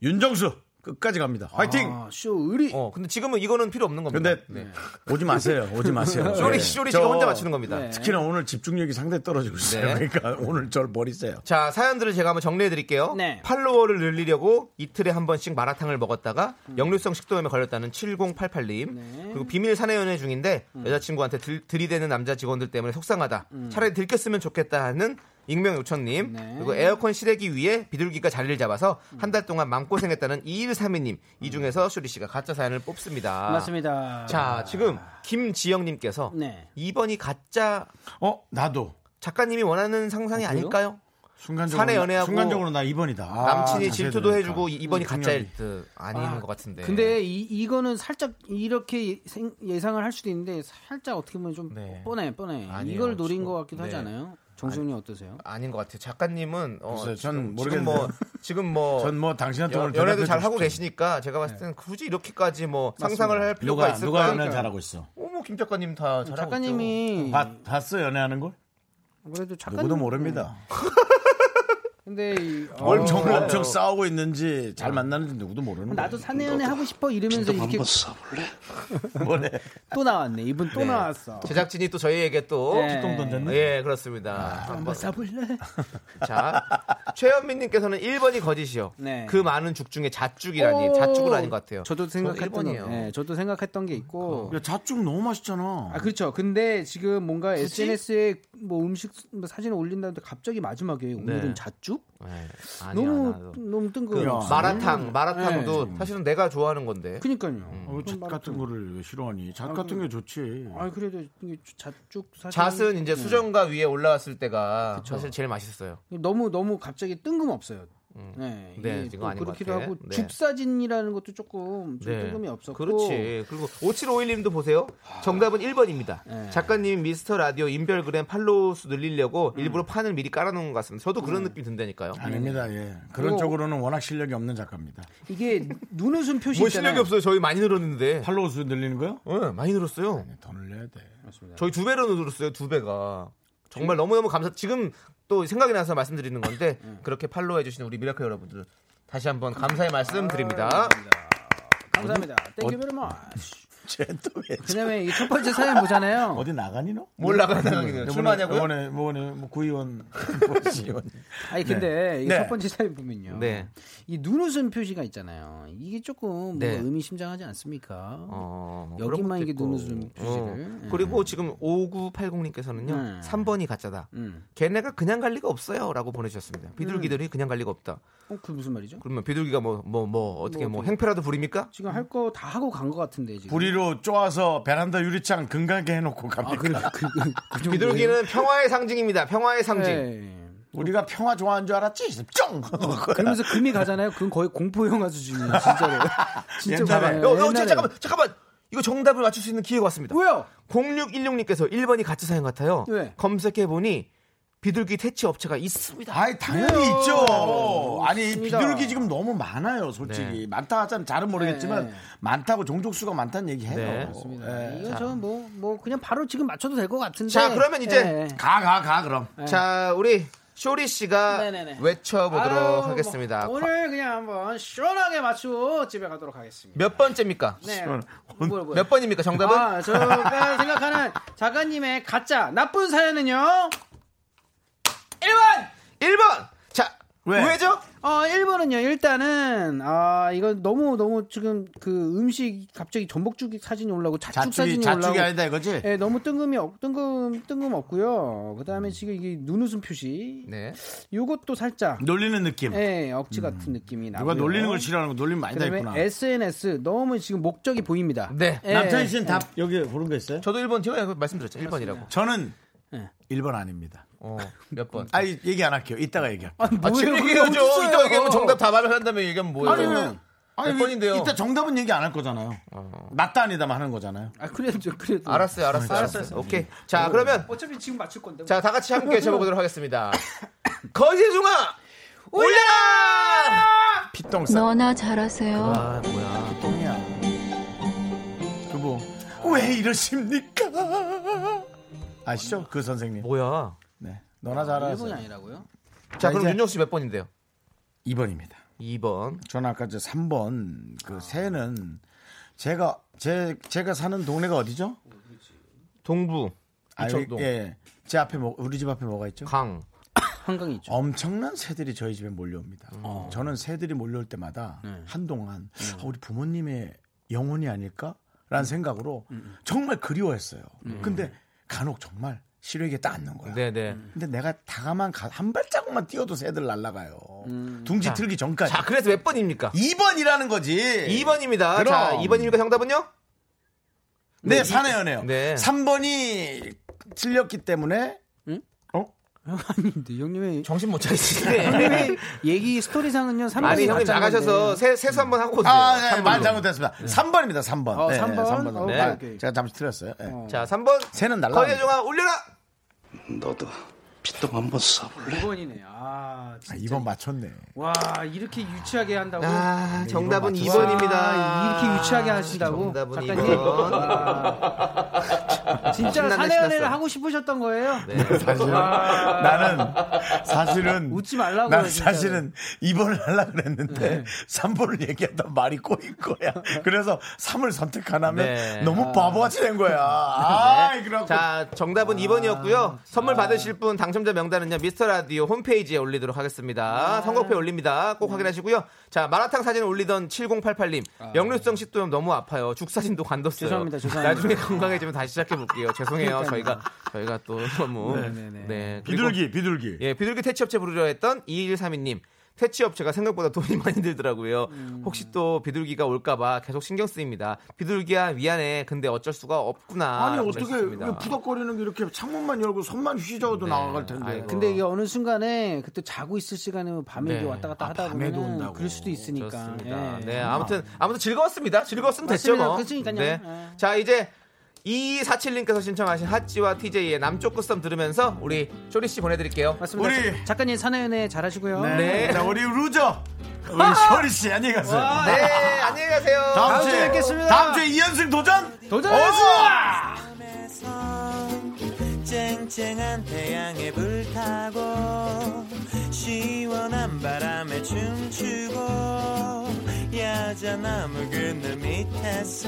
[SPEAKER 1] 윤정수 끝까지 갑니다. 화이팅!
[SPEAKER 9] 아, 쇼 의리.
[SPEAKER 2] 어, 근데 지금은 이거는 필요 없는 겁니다.
[SPEAKER 1] 근데 오지 마세요. 오지 마세요.
[SPEAKER 2] 네. 쇼리
[SPEAKER 1] 네.
[SPEAKER 2] 쇼리
[SPEAKER 1] 저-
[SPEAKER 2] 지금 혼자 맞추는 겁니다.
[SPEAKER 9] 네.
[SPEAKER 1] 특히나 오늘 집중력이 상당히 떨어지고 있어요.
[SPEAKER 2] 네.
[SPEAKER 1] 그러니까 오늘 절 버리세요.
[SPEAKER 2] 자 사연들을 제가 한번 정리해 드릴게요.
[SPEAKER 9] 네.
[SPEAKER 2] 팔로워를 늘리려고 이틀에 한 번씩 마라탕을 먹었다가 역류성 식도염에 걸렸다는 7088님 그리고 비밀 사내 연애 중인데 여자친구한테 들, 들이대는 남자 직원들 때문에 속상하다. 차라리 들켰으면 좋겠다 하는 익명 요천님
[SPEAKER 9] 네.
[SPEAKER 2] 그리고 에어컨 실외기 위에 비둘기가 자리를 잡아서 한 달 동안 마음고생했다는 2132님 이 중에서 쇼리 씨가 가짜 사연을 뽑습니다.
[SPEAKER 9] 맞습니다.
[SPEAKER 2] 아. 자 지금 김지영님께서
[SPEAKER 9] 네.
[SPEAKER 2] 2번이 가짜
[SPEAKER 1] 어, 나도.
[SPEAKER 2] 작가님이 원하는 상상이
[SPEAKER 9] 어, 그래요?
[SPEAKER 2] 아닐까요?
[SPEAKER 1] 순간적으로.
[SPEAKER 2] 사내 연애하고
[SPEAKER 1] 순간적으로 나 2번이다. 아,
[SPEAKER 2] 남친이
[SPEAKER 1] 자세히
[SPEAKER 2] 질투도
[SPEAKER 1] 들으니까.
[SPEAKER 2] 해주고 이번이
[SPEAKER 1] 음,
[SPEAKER 2] 가짜일
[SPEAKER 1] 중요하지.
[SPEAKER 2] 듯 아닌 것 같은데.
[SPEAKER 9] 근데 이, 이거는 살짝 이렇게 예- 생- 예상을 할 수도 있는데 살짝 어떻게 보면 좀
[SPEAKER 2] 네.
[SPEAKER 9] 뻔해 뻔해
[SPEAKER 2] 아니에요,
[SPEAKER 9] 이걸 노린
[SPEAKER 2] 지금.
[SPEAKER 9] 것 같기도
[SPEAKER 2] 네.
[SPEAKER 9] 하지 않아요? 정수님 어떠세요?
[SPEAKER 2] 아닌 것 같아요. 작가님은 어,
[SPEAKER 1] 글쎄요, 전
[SPEAKER 2] 지금- 지금
[SPEAKER 1] 모르겠네요.
[SPEAKER 2] 뭐 지금 뭐
[SPEAKER 1] 전뭐 당신한테 오늘
[SPEAKER 2] 연- 연애도
[SPEAKER 1] 대답해
[SPEAKER 2] 잘 하고
[SPEAKER 1] 주십시오. 네.
[SPEAKER 2] 계시니까 제가 봤을 때는 굳이 이렇게까지 뭐 상상을 할
[SPEAKER 1] 누가
[SPEAKER 2] 필요가
[SPEAKER 1] 누가
[SPEAKER 2] 있을까?
[SPEAKER 1] 연애 를 잘하고 있어?
[SPEAKER 2] 어뭐김 작가님 다 잘하고 있죠.
[SPEAKER 9] 작가님이
[SPEAKER 1] 봤, 봤어 연애하는 걸?
[SPEAKER 9] 그래도 작가님
[SPEAKER 1] 누구도 모릅니다.
[SPEAKER 2] 음.
[SPEAKER 9] 근데 이, 어,
[SPEAKER 1] 뭘 정말
[SPEAKER 2] 몰라요.
[SPEAKER 1] 엄청 싸우고 있는지
[SPEAKER 2] 어.
[SPEAKER 1] 잘 만나는지 누구도
[SPEAKER 2] 음.
[SPEAKER 1] 모르는 거야.
[SPEAKER 9] 나도 사내연애 하고 싶어 이러면서 이렇게
[SPEAKER 1] 뭐래?
[SPEAKER 9] 또 나왔네 이분 또 나왔어.
[SPEAKER 2] 제작진이 또 저희에게 또
[SPEAKER 9] 네.
[SPEAKER 1] 똥 던졌네. 음. 아,
[SPEAKER 2] 예, 그렇습니다.
[SPEAKER 9] 한번 싸볼래?
[SPEAKER 2] 자, 최현민님께서는 1번이 거짓이요.
[SPEAKER 9] 네.
[SPEAKER 2] 그 많은 죽 중에 잣죽이라니, 잣죽을 아닌 것 같아요. 어, 그렇죠.
[SPEAKER 9] 저도 생각했던 게, 네, 저도 생각했던 게 있고.
[SPEAKER 1] 야, 자축 너무 맛있잖아.
[SPEAKER 9] 아 그렇죠. 근데 지금 뭔가 SNS에 뭐 음식 뭐 사진을 올린다는데 갑자기 마지막에 오늘은 자축?
[SPEAKER 2] 네, 아니야,
[SPEAKER 9] 너무
[SPEAKER 2] 나도.
[SPEAKER 9] 너무
[SPEAKER 2] 그
[SPEAKER 9] 뜬금없어.
[SPEAKER 2] 마라탕, 마라탕도
[SPEAKER 9] 네.
[SPEAKER 2] 사실은 내가 좋아하는 건데.
[SPEAKER 9] 그니까요.
[SPEAKER 2] 음.
[SPEAKER 1] 어, 잣 같은 거를 왜 싫어하니? 잣 같은 게 좋지.
[SPEAKER 9] 아 그래도 이게 자축 사실
[SPEAKER 2] 그 잣은
[SPEAKER 9] 네.
[SPEAKER 2] 이제 수정과 위에 올라왔을 때가 사실 제일 맛있었어요.
[SPEAKER 9] 너무 너무 갑자기 뜬금없어요. 네,
[SPEAKER 2] 네,
[SPEAKER 9] 이게
[SPEAKER 2] 이거
[SPEAKER 9] 또
[SPEAKER 2] 아닌 것
[SPEAKER 9] 그렇기도
[SPEAKER 2] 같아.
[SPEAKER 9] 하고
[SPEAKER 2] 네.
[SPEAKER 9] 죽사진이라는 것도 조금 좀 뜬금이 없었고
[SPEAKER 2] 그렇지. 그리고 5751님도 보세요. 정답은 1번입니다.
[SPEAKER 9] 네.
[SPEAKER 2] 작가님 미스터 라디오 인별그램 팔로우 수 늘리려고
[SPEAKER 9] 음.
[SPEAKER 2] 일부러 판을 미리 깔아놓은 것 같습니다. 저도 그런 느낌 든다니까요. 네.
[SPEAKER 1] 아닙니다. 예. 그런
[SPEAKER 9] 뭐-
[SPEAKER 1] 쪽으로는 워낙 실력이 없는 작가입니다.
[SPEAKER 9] 이게 눈웃음 표시
[SPEAKER 2] 뭐
[SPEAKER 9] 있잖아요.
[SPEAKER 2] 실력이 없어요. 저희 많이 늘었는데.
[SPEAKER 1] 팔로우 수 늘리는 거요?
[SPEAKER 2] 예, 많이 늘었어요.
[SPEAKER 1] 더 늘려야 돼.
[SPEAKER 2] 네. 저희 두 배로 늘었어요. 두 배가. 정말 너무너무 감사. 지금 또 생각이 나서 말씀드리는 건데 그렇게 팔로우해 주시는 우리 미라클 여러분들 다시 한번 감사의 말씀 드립니다.
[SPEAKER 9] 감사합니다.
[SPEAKER 2] 어,
[SPEAKER 9] 땡큐 베리 마치.
[SPEAKER 1] 쟤또 왜?
[SPEAKER 9] 왜냐면 이 첫 번째 사연 보잖아요.
[SPEAKER 1] 어디 나가니 너?
[SPEAKER 2] 몰라가
[SPEAKER 1] 네.
[SPEAKER 2] 나가기는 출마냐고요?
[SPEAKER 1] 이번에 뭐네 뭐 구의원 시의원.
[SPEAKER 9] 아니 근데 이
[SPEAKER 1] 네.
[SPEAKER 9] 첫 번째 사연 보면요.
[SPEAKER 2] 네.
[SPEAKER 9] 이 눈웃음 표시가 있잖아요. 이게 조금 뭔가
[SPEAKER 2] 네.
[SPEAKER 9] 의미심장하지 않습니까?
[SPEAKER 2] 어,
[SPEAKER 9] 여기만
[SPEAKER 2] 그런 것도
[SPEAKER 9] 이게
[SPEAKER 2] 있고. 어.
[SPEAKER 9] 눈웃음 표시를. 예.
[SPEAKER 2] 그리고 지금 5980님께서는요.
[SPEAKER 9] 음.
[SPEAKER 2] 3번이 가짜다.
[SPEAKER 9] 음.
[SPEAKER 2] 걔네가 그냥 갈 리가 없어요. 라고 보내주셨습니다. 비둘기들이 그냥 갈 리가 없다.
[SPEAKER 9] 어, 그 무슨 말이죠?
[SPEAKER 2] 그러면 비둘기가 뭐, 뭐, 뭐, 어떻게 뭐, 행패라도 부립니까?
[SPEAKER 9] 지금 할 거 다 하고 간 것 같은데 지금.
[SPEAKER 1] 부리로 쪼아서 베란다 유리창 근간게 해놓고 갑니다.
[SPEAKER 9] 그, 아,
[SPEAKER 2] 비둘기는 평화의 상징입니다. 평화의 상징.
[SPEAKER 9] 예.
[SPEAKER 1] 우리가 평화 좋아하는 줄 알았지? 쫑!
[SPEAKER 2] 그러니까.
[SPEAKER 9] 그러면서 금이 가잖아요. 그건 거의 공포 영화 수준이에요, 진짜로. 진짜
[SPEAKER 1] 옛날에.
[SPEAKER 9] 말이에요.
[SPEAKER 2] 어, 어,
[SPEAKER 9] 네. 옛날에.
[SPEAKER 2] 잠깐만, 잠깐만. 이거 정답을 맞출 수 있는 기회가 왔습니다.
[SPEAKER 9] 뭐야?
[SPEAKER 2] 0616님께서 1번이 가짜 사연 같아요.
[SPEAKER 9] 네.
[SPEAKER 2] 검색해보니 비둘기 퇴치 업체가 있습니다.
[SPEAKER 1] 아이, 당연히
[SPEAKER 9] 그래요. 어,
[SPEAKER 1] 있죠. 아니,
[SPEAKER 9] 있습니다.
[SPEAKER 1] 비둘기 지금 너무 많아요, 솔직히. 많다 하자면 잘은 모르겠지만,
[SPEAKER 9] 네.
[SPEAKER 1] 많다고 종족수가 많다는 얘기 해요.
[SPEAKER 2] 네.
[SPEAKER 1] 예.
[SPEAKER 9] 이거 저는 뭐, 뭐 그냥 바로 지금 맞춰도 될 것 같은데.
[SPEAKER 2] 자, 그러면 이제
[SPEAKER 9] 예.
[SPEAKER 1] 가, 가, 가, 그럼.
[SPEAKER 2] 자, 우리 쇼리 씨가
[SPEAKER 9] 네네네.
[SPEAKER 2] 외쳐보도록
[SPEAKER 9] 아유, 뭐,
[SPEAKER 2] 하겠습니다.
[SPEAKER 9] 오늘 그냥 한번 시원하게 맞추고 집에 가도록 하겠습니다.
[SPEAKER 2] 몇 번째입니까?
[SPEAKER 9] 네. 뭐야, 뭐야.
[SPEAKER 2] 몇 번입니까? 정답은?
[SPEAKER 9] 아, 제가 생각하는 작가님의 가짜 나쁜 사연은요. 1번!
[SPEAKER 2] 1번! 자, 왜? 왜죠?
[SPEAKER 9] 어, 1번은요, 일단은, 아, 이건 너무, 너무 지금 그 음식 갑자기 전복죽 사진이 올라오고 자축
[SPEAKER 1] 자축이
[SPEAKER 9] 사진이
[SPEAKER 1] 자축이
[SPEAKER 9] 올라오고.
[SPEAKER 1] 아니다 이거지?
[SPEAKER 9] 예, 너무 뜬금이 없, 뜬금, 뜬금 없고요. 그 다음에 지금 이게 눈웃음 표시.
[SPEAKER 2] 네. 음.
[SPEAKER 9] 요것도 살짝.
[SPEAKER 1] 놀리는 느낌.
[SPEAKER 9] 예, 억지 같은 느낌이 나고.
[SPEAKER 1] 누가 놀리는 걸 싫어하는 거 놀림 많이
[SPEAKER 9] 그다음에
[SPEAKER 1] 당했구나.
[SPEAKER 9] SNS 너무 지금 목적이 보입니다.
[SPEAKER 2] 네.
[SPEAKER 9] 예,
[SPEAKER 1] 남창희 씨는 답 여기 고른 거 있어요?
[SPEAKER 2] 저도 1번 제가 말씀드렸죠. 1번이라고.
[SPEAKER 1] 저는
[SPEAKER 9] 네.
[SPEAKER 1] 1번 아닙니다.
[SPEAKER 9] 예.
[SPEAKER 2] 어, 몇 번?
[SPEAKER 1] 아 얘기 안 할게요. 이따가 얘기할게요.
[SPEAKER 9] 아니,
[SPEAKER 2] 아,
[SPEAKER 9] 뭐예요?
[SPEAKER 2] 지금
[SPEAKER 9] 그게
[SPEAKER 2] 얘기하죠.
[SPEAKER 9] 어딨어요?
[SPEAKER 2] 이따 얘기하면 정답 다 말한다면 얘기하면
[SPEAKER 1] 아니,
[SPEAKER 2] 뭐예요?
[SPEAKER 1] 왜? 아니,
[SPEAKER 2] 몇
[SPEAKER 1] 왜-
[SPEAKER 2] 번인데요?
[SPEAKER 1] 이따 정답은 얘기 안 할 거잖아요. 맞다 아니다만 하는 거잖아요.
[SPEAKER 9] 아, 그래도 그래도.
[SPEAKER 2] 알았어요, 알았어요, 알았어요. 오케이. 자, 그러면
[SPEAKER 9] 어차피 지금 맞출 건데.
[SPEAKER 2] 자, 다 같이 함께 쳐보도록 하겠습니다. 거지중아 올려라!
[SPEAKER 1] 피똥 싸.
[SPEAKER 5] 너나 잘하세요.
[SPEAKER 2] 아, 뭐야?
[SPEAKER 1] 피똥이야. 그거 왜 이러십니까? 아시죠? 그 선생님.
[SPEAKER 2] 뭐야?
[SPEAKER 1] 네. 너나 잘하세요.
[SPEAKER 9] 일본이 아니라고요?
[SPEAKER 2] 자, 그럼
[SPEAKER 1] 이제-
[SPEAKER 2] 윤정 씨 몇 번인데요?
[SPEAKER 1] 2번입니다.
[SPEAKER 2] 2번.
[SPEAKER 1] 저는 아까 저 3번 그 새는 제가 제 제가 사는 동네가 어디죠?
[SPEAKER 2] 동부,
[SPEAKER 1] 아,
[SPEAKER 2] 이척동,
[SPEAKER 1] 여기- 예. 제 앞에 뭐 우리 집 앞에 뭐가 있죠?
[SPEAKER 2] 강.
[SPEAKER 9] 한강이 있죠.
[SPEAKER 1] 엄청난 새들이 저희 집에 몰려옵니다.
[SPEAKER 2] 어.
[SPEAKER 1] 저는 새들이 몰려올 때마다
[SPEAKER 2] 네.
[SPEAKER 1] 한동안
[SPEAKER 2] 음.
[SPEAKER 1] 아, 우리 부모님의 영혼이 아닐까라는 생각으로
[SPEAKER 2] 음,
[SPEAKER 1] 정말 그리워했어요. 근데 간혹 정말 시력에 딱 앉는 거야.
[SPEAKER 2] 네, 네.
[SPEAKER 1] 근데 내가 다가만 가- 한 발자국만 뛰어도 새들 날아가요. 둥지 틀기 전까지.
[SPEAKER 2] 음. 자, 그래서 몇 번입니까?
[SPEAKER 1] 2번이라는 거지.
[SPEAKER 2] 2번입니다.
[SPEAKER 1] 그럼.
[SPEAKER 2] 자, 2번입니까 정답은요?
[SPEAKER 1] 네, 사내 연애요.
[SPEAKER 2] 네.
[SPEAKER 1] 3번이 틀렸기 때문에
[SPEAKER 9] 아닌데 형님의
[SPEAKER 2] 정신 못 차리시네.
[SPEAKER 9] 형님의 얘기 스토리상은요. 3번이
[SPEAKER 2] 아니, 형님 나가셔서 세, 세수 한번 하고 오세요.
[SPEAKER 1] 아, 네,
[SPEAKER 2] 삼
[SPEAKER 1] 말
[SPEAKER 2] 번으로.
[SPEAKER 1] 잘못했습니다. 3번입니다. 3번.
[SPEAKER 9] 어, 삼 번? 어,
[SPEAKER 2] 네.
[SPEAKER 9] 오케이.
[SPEAKER 1] 제가 잠시 틀렸어요. 네.
[SPEAKER 2] 자, 3번.
[SPEAKER 1] 새는 날라.
[SPEAKER 2] 거지중아 올려라!
[SPEAKER 10] 너도 피똥 한번 쏴볼래?
[SPEAKER 9] 2번이네. 아, 진짜.
[SPEAKER 1] 2번 맞췄네.
[SPEAKER 9] 와, 이렇게 유치하게 한다고.
[SPEAKER 2] 아, 정답은
[SPEAKER 1] 이번
[SPEAKER 2] 2번입니다.
[SPEAKER 9] 와, 이렇게 유치하게 하신다고?
[SPEAKER 2] 정답은
[SPEAKER 9] 작가님.
[SPEAKER 2] 2번.
[SPEAKER 9] 아, 진짜
[SPEAKER 2] 신났네,
[SPEAKER 9] 사내연애를
[SPEAKER 2] 신났어.
[SPEAKER 9] 하고 싶으셨던 거예요?
[SPEAKER 1] 사실은 나는 사실은
[SPEAKER 9] 아. 웃지 말라고요,
[SPEAKER 1] 난
[SPEAKER 9] 진짜로. 네.
[SPEAKER 1] 사실은 2번을 하려고 그랬는데 3번을 얘기하다 말이 꼬인 거야. 그래서 3을 선택하면
[SPEAKER 2] 네.
[SPEAKER 1] 너무 바보같이 된
[SPEAKER 9] 네.
[SPEAKER 1] 거야. 아, 그래갖고
[SPEAKER 2] 자, 정답은
[SPEAKER 9] 아,
[SPEAKER 2] 2번이었고요. 선물
[SPEAKER 9] 네.
[SPEAKER 2] 받으실 분 당첨자 명단은요. 미스터 라디오 홈페이지에 올리도록 하겠습니다.
[SPEAKER 9] 네.
[SPEAKER 2] 선곡표에 올립니다.
[SPEAKER 9] 음.
[SPEAKER 2] 꼭 확인하시고요. 자, 마라탕 사진을 올리던 7088님. 역류성 식도염 너무 아파요. 죽 사진도 관뒀어요.
[SPEAKER 9] 아, 네. 죄송합니다, 죄송합니다.
[SPEAKER 2] 나중에 건강해지면 다시 시작해 볼게요. 죄송해요. 저희가 저희가 또 너무
[SPEAKER 9] 네네네.
[SPEAKER 2] 네. 그리고-
[SPEAKER 1] 비둘기, 비둘기.
[SPEAKER 2] 예, 비둘기 퇴치업체 부르려 했던 2132님. 퇴치업체가 생각보다 돈이 많이 들더라고요.
[SPEAKER 9] 음.
[SPEAKER 2] 혹시 또 비둘기가 올까봐 계속 신경 쓰입니다. 비둘기야 미안해. 근데 어쩔 수가 없구나.
[SPEAKER 1] 아니 어떻게 왜 푸덕거리는 게 이렇게 창문만 열고 손만 휘저어도 나아갈 텐데.
[SPEAKER 2] 아이고.
[SPEAKER 9] 네. 근데 이게 어느 순간에 그때 자고 있을 시간에 뭐 밤에
[SPEAKER 2] 네.
[SPEAKER 9] 이렇게 왔다 갔다 하다
[SPEAKER 1] 밤에도
[SPEAKER 9] 보면
[SPEAKER 1] 온다고.
[SPEAKER 9] 그럴 수도 있으니까.
[SPEAKER 2] 그렇습니다.
[SPEAKER 9] 예.
[SPEAKER 2] 네, 아무튼 아무튼 즐거웠습니다. 즐거웠으면 됐죠
[SPEAKER 9] 맞습니다.
[SPEAKER 2] 뭐.
[SPEAKER 9] 그러니까요.
[SPEAKER 2] 네.
[SPEAKER 9] 예.
[SPEAKER 2] 자 이제 2247님께서 신청하신 핫지와 TJ의 남쪽 끝섬 들으면서 우리 쇼리 씨 보내드릴게요.
[SPEAKER 9] 맞습니다.
[SPEAKER 1] 우리-
[SPEAKER 9] 작가님 사내연애 잘하시고요.
[SPEAKER 2] 네.
[SPEAKER 1] 자, 우리 루저. 우리 쇼리 씨 안녕히 가세요.
[SPEAKER 2] 네, 안녕히 가세요.
[SPEAKER 1] 다음
[SPEAKER 9] 주에
[SPEAKER 1] 주에
[SPEAKER 9] 아! 뵙겠습니다.
[SPEAKER 1] 다음 주에 이연승 도전.
[SPEAKER 9] 도전해요!
[SPEAKER 1] 어서!
[SPEAKER 4] 쨍쨍한 태양에 불타고 시원한 바람에 춤추고 야자나무 그늘 밑에서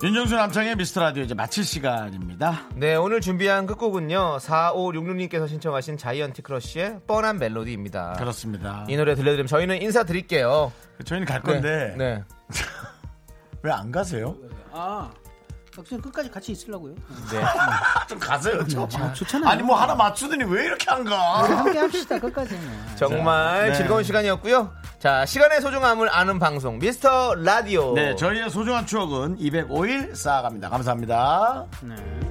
[SPEAKER 1] 윤정수 남창의 미스터 라디오 이제 마칠 시간입니다.
[SPEAKER 2] 네, 오늘 준비한 끝곡은요. 4566님께서 신청하신 자이언티 크러쉬의 뻔한 멜로디입니다.
[SPEAKER 1] 그렇습니다.
[SPEAKER 2] 이 노래 들려드리면 저희는 인사드릴게요.
[SPEAKER 1] 아, 그 저희는 갈
[SPEAKER 2] 네,
[SPEAKER 1] 건데
[SPEAKER 2] 네.
[SPEAKER 1] 왜 안 가세요?
[SPEAKER 9] 아, 박수님 끝까지 같이 있으려고요.
[SPEAKER 1] 좀 가세요. 좀.
[SPEAKER 9] 아, 좋잖아요.
[SPEAKER 1] 아니 뭐 하나 맞추더니 왜 이렇게 안 가?
[SPEAKER 9] 함께 합시다 끝까지.
[SPEAKER 2] 정말
[SPEAKER 1] 네.
[SPEAKER 2] 즐거운 시간이었고요. 자, 시간의 소중함을 아는 방송 미스터 라디오.
[SPEAKER 1] 네, 저희의 소중한 추억은 205일 쌓아갑니다. 감사합니다.
[SPEAKER 9] 네.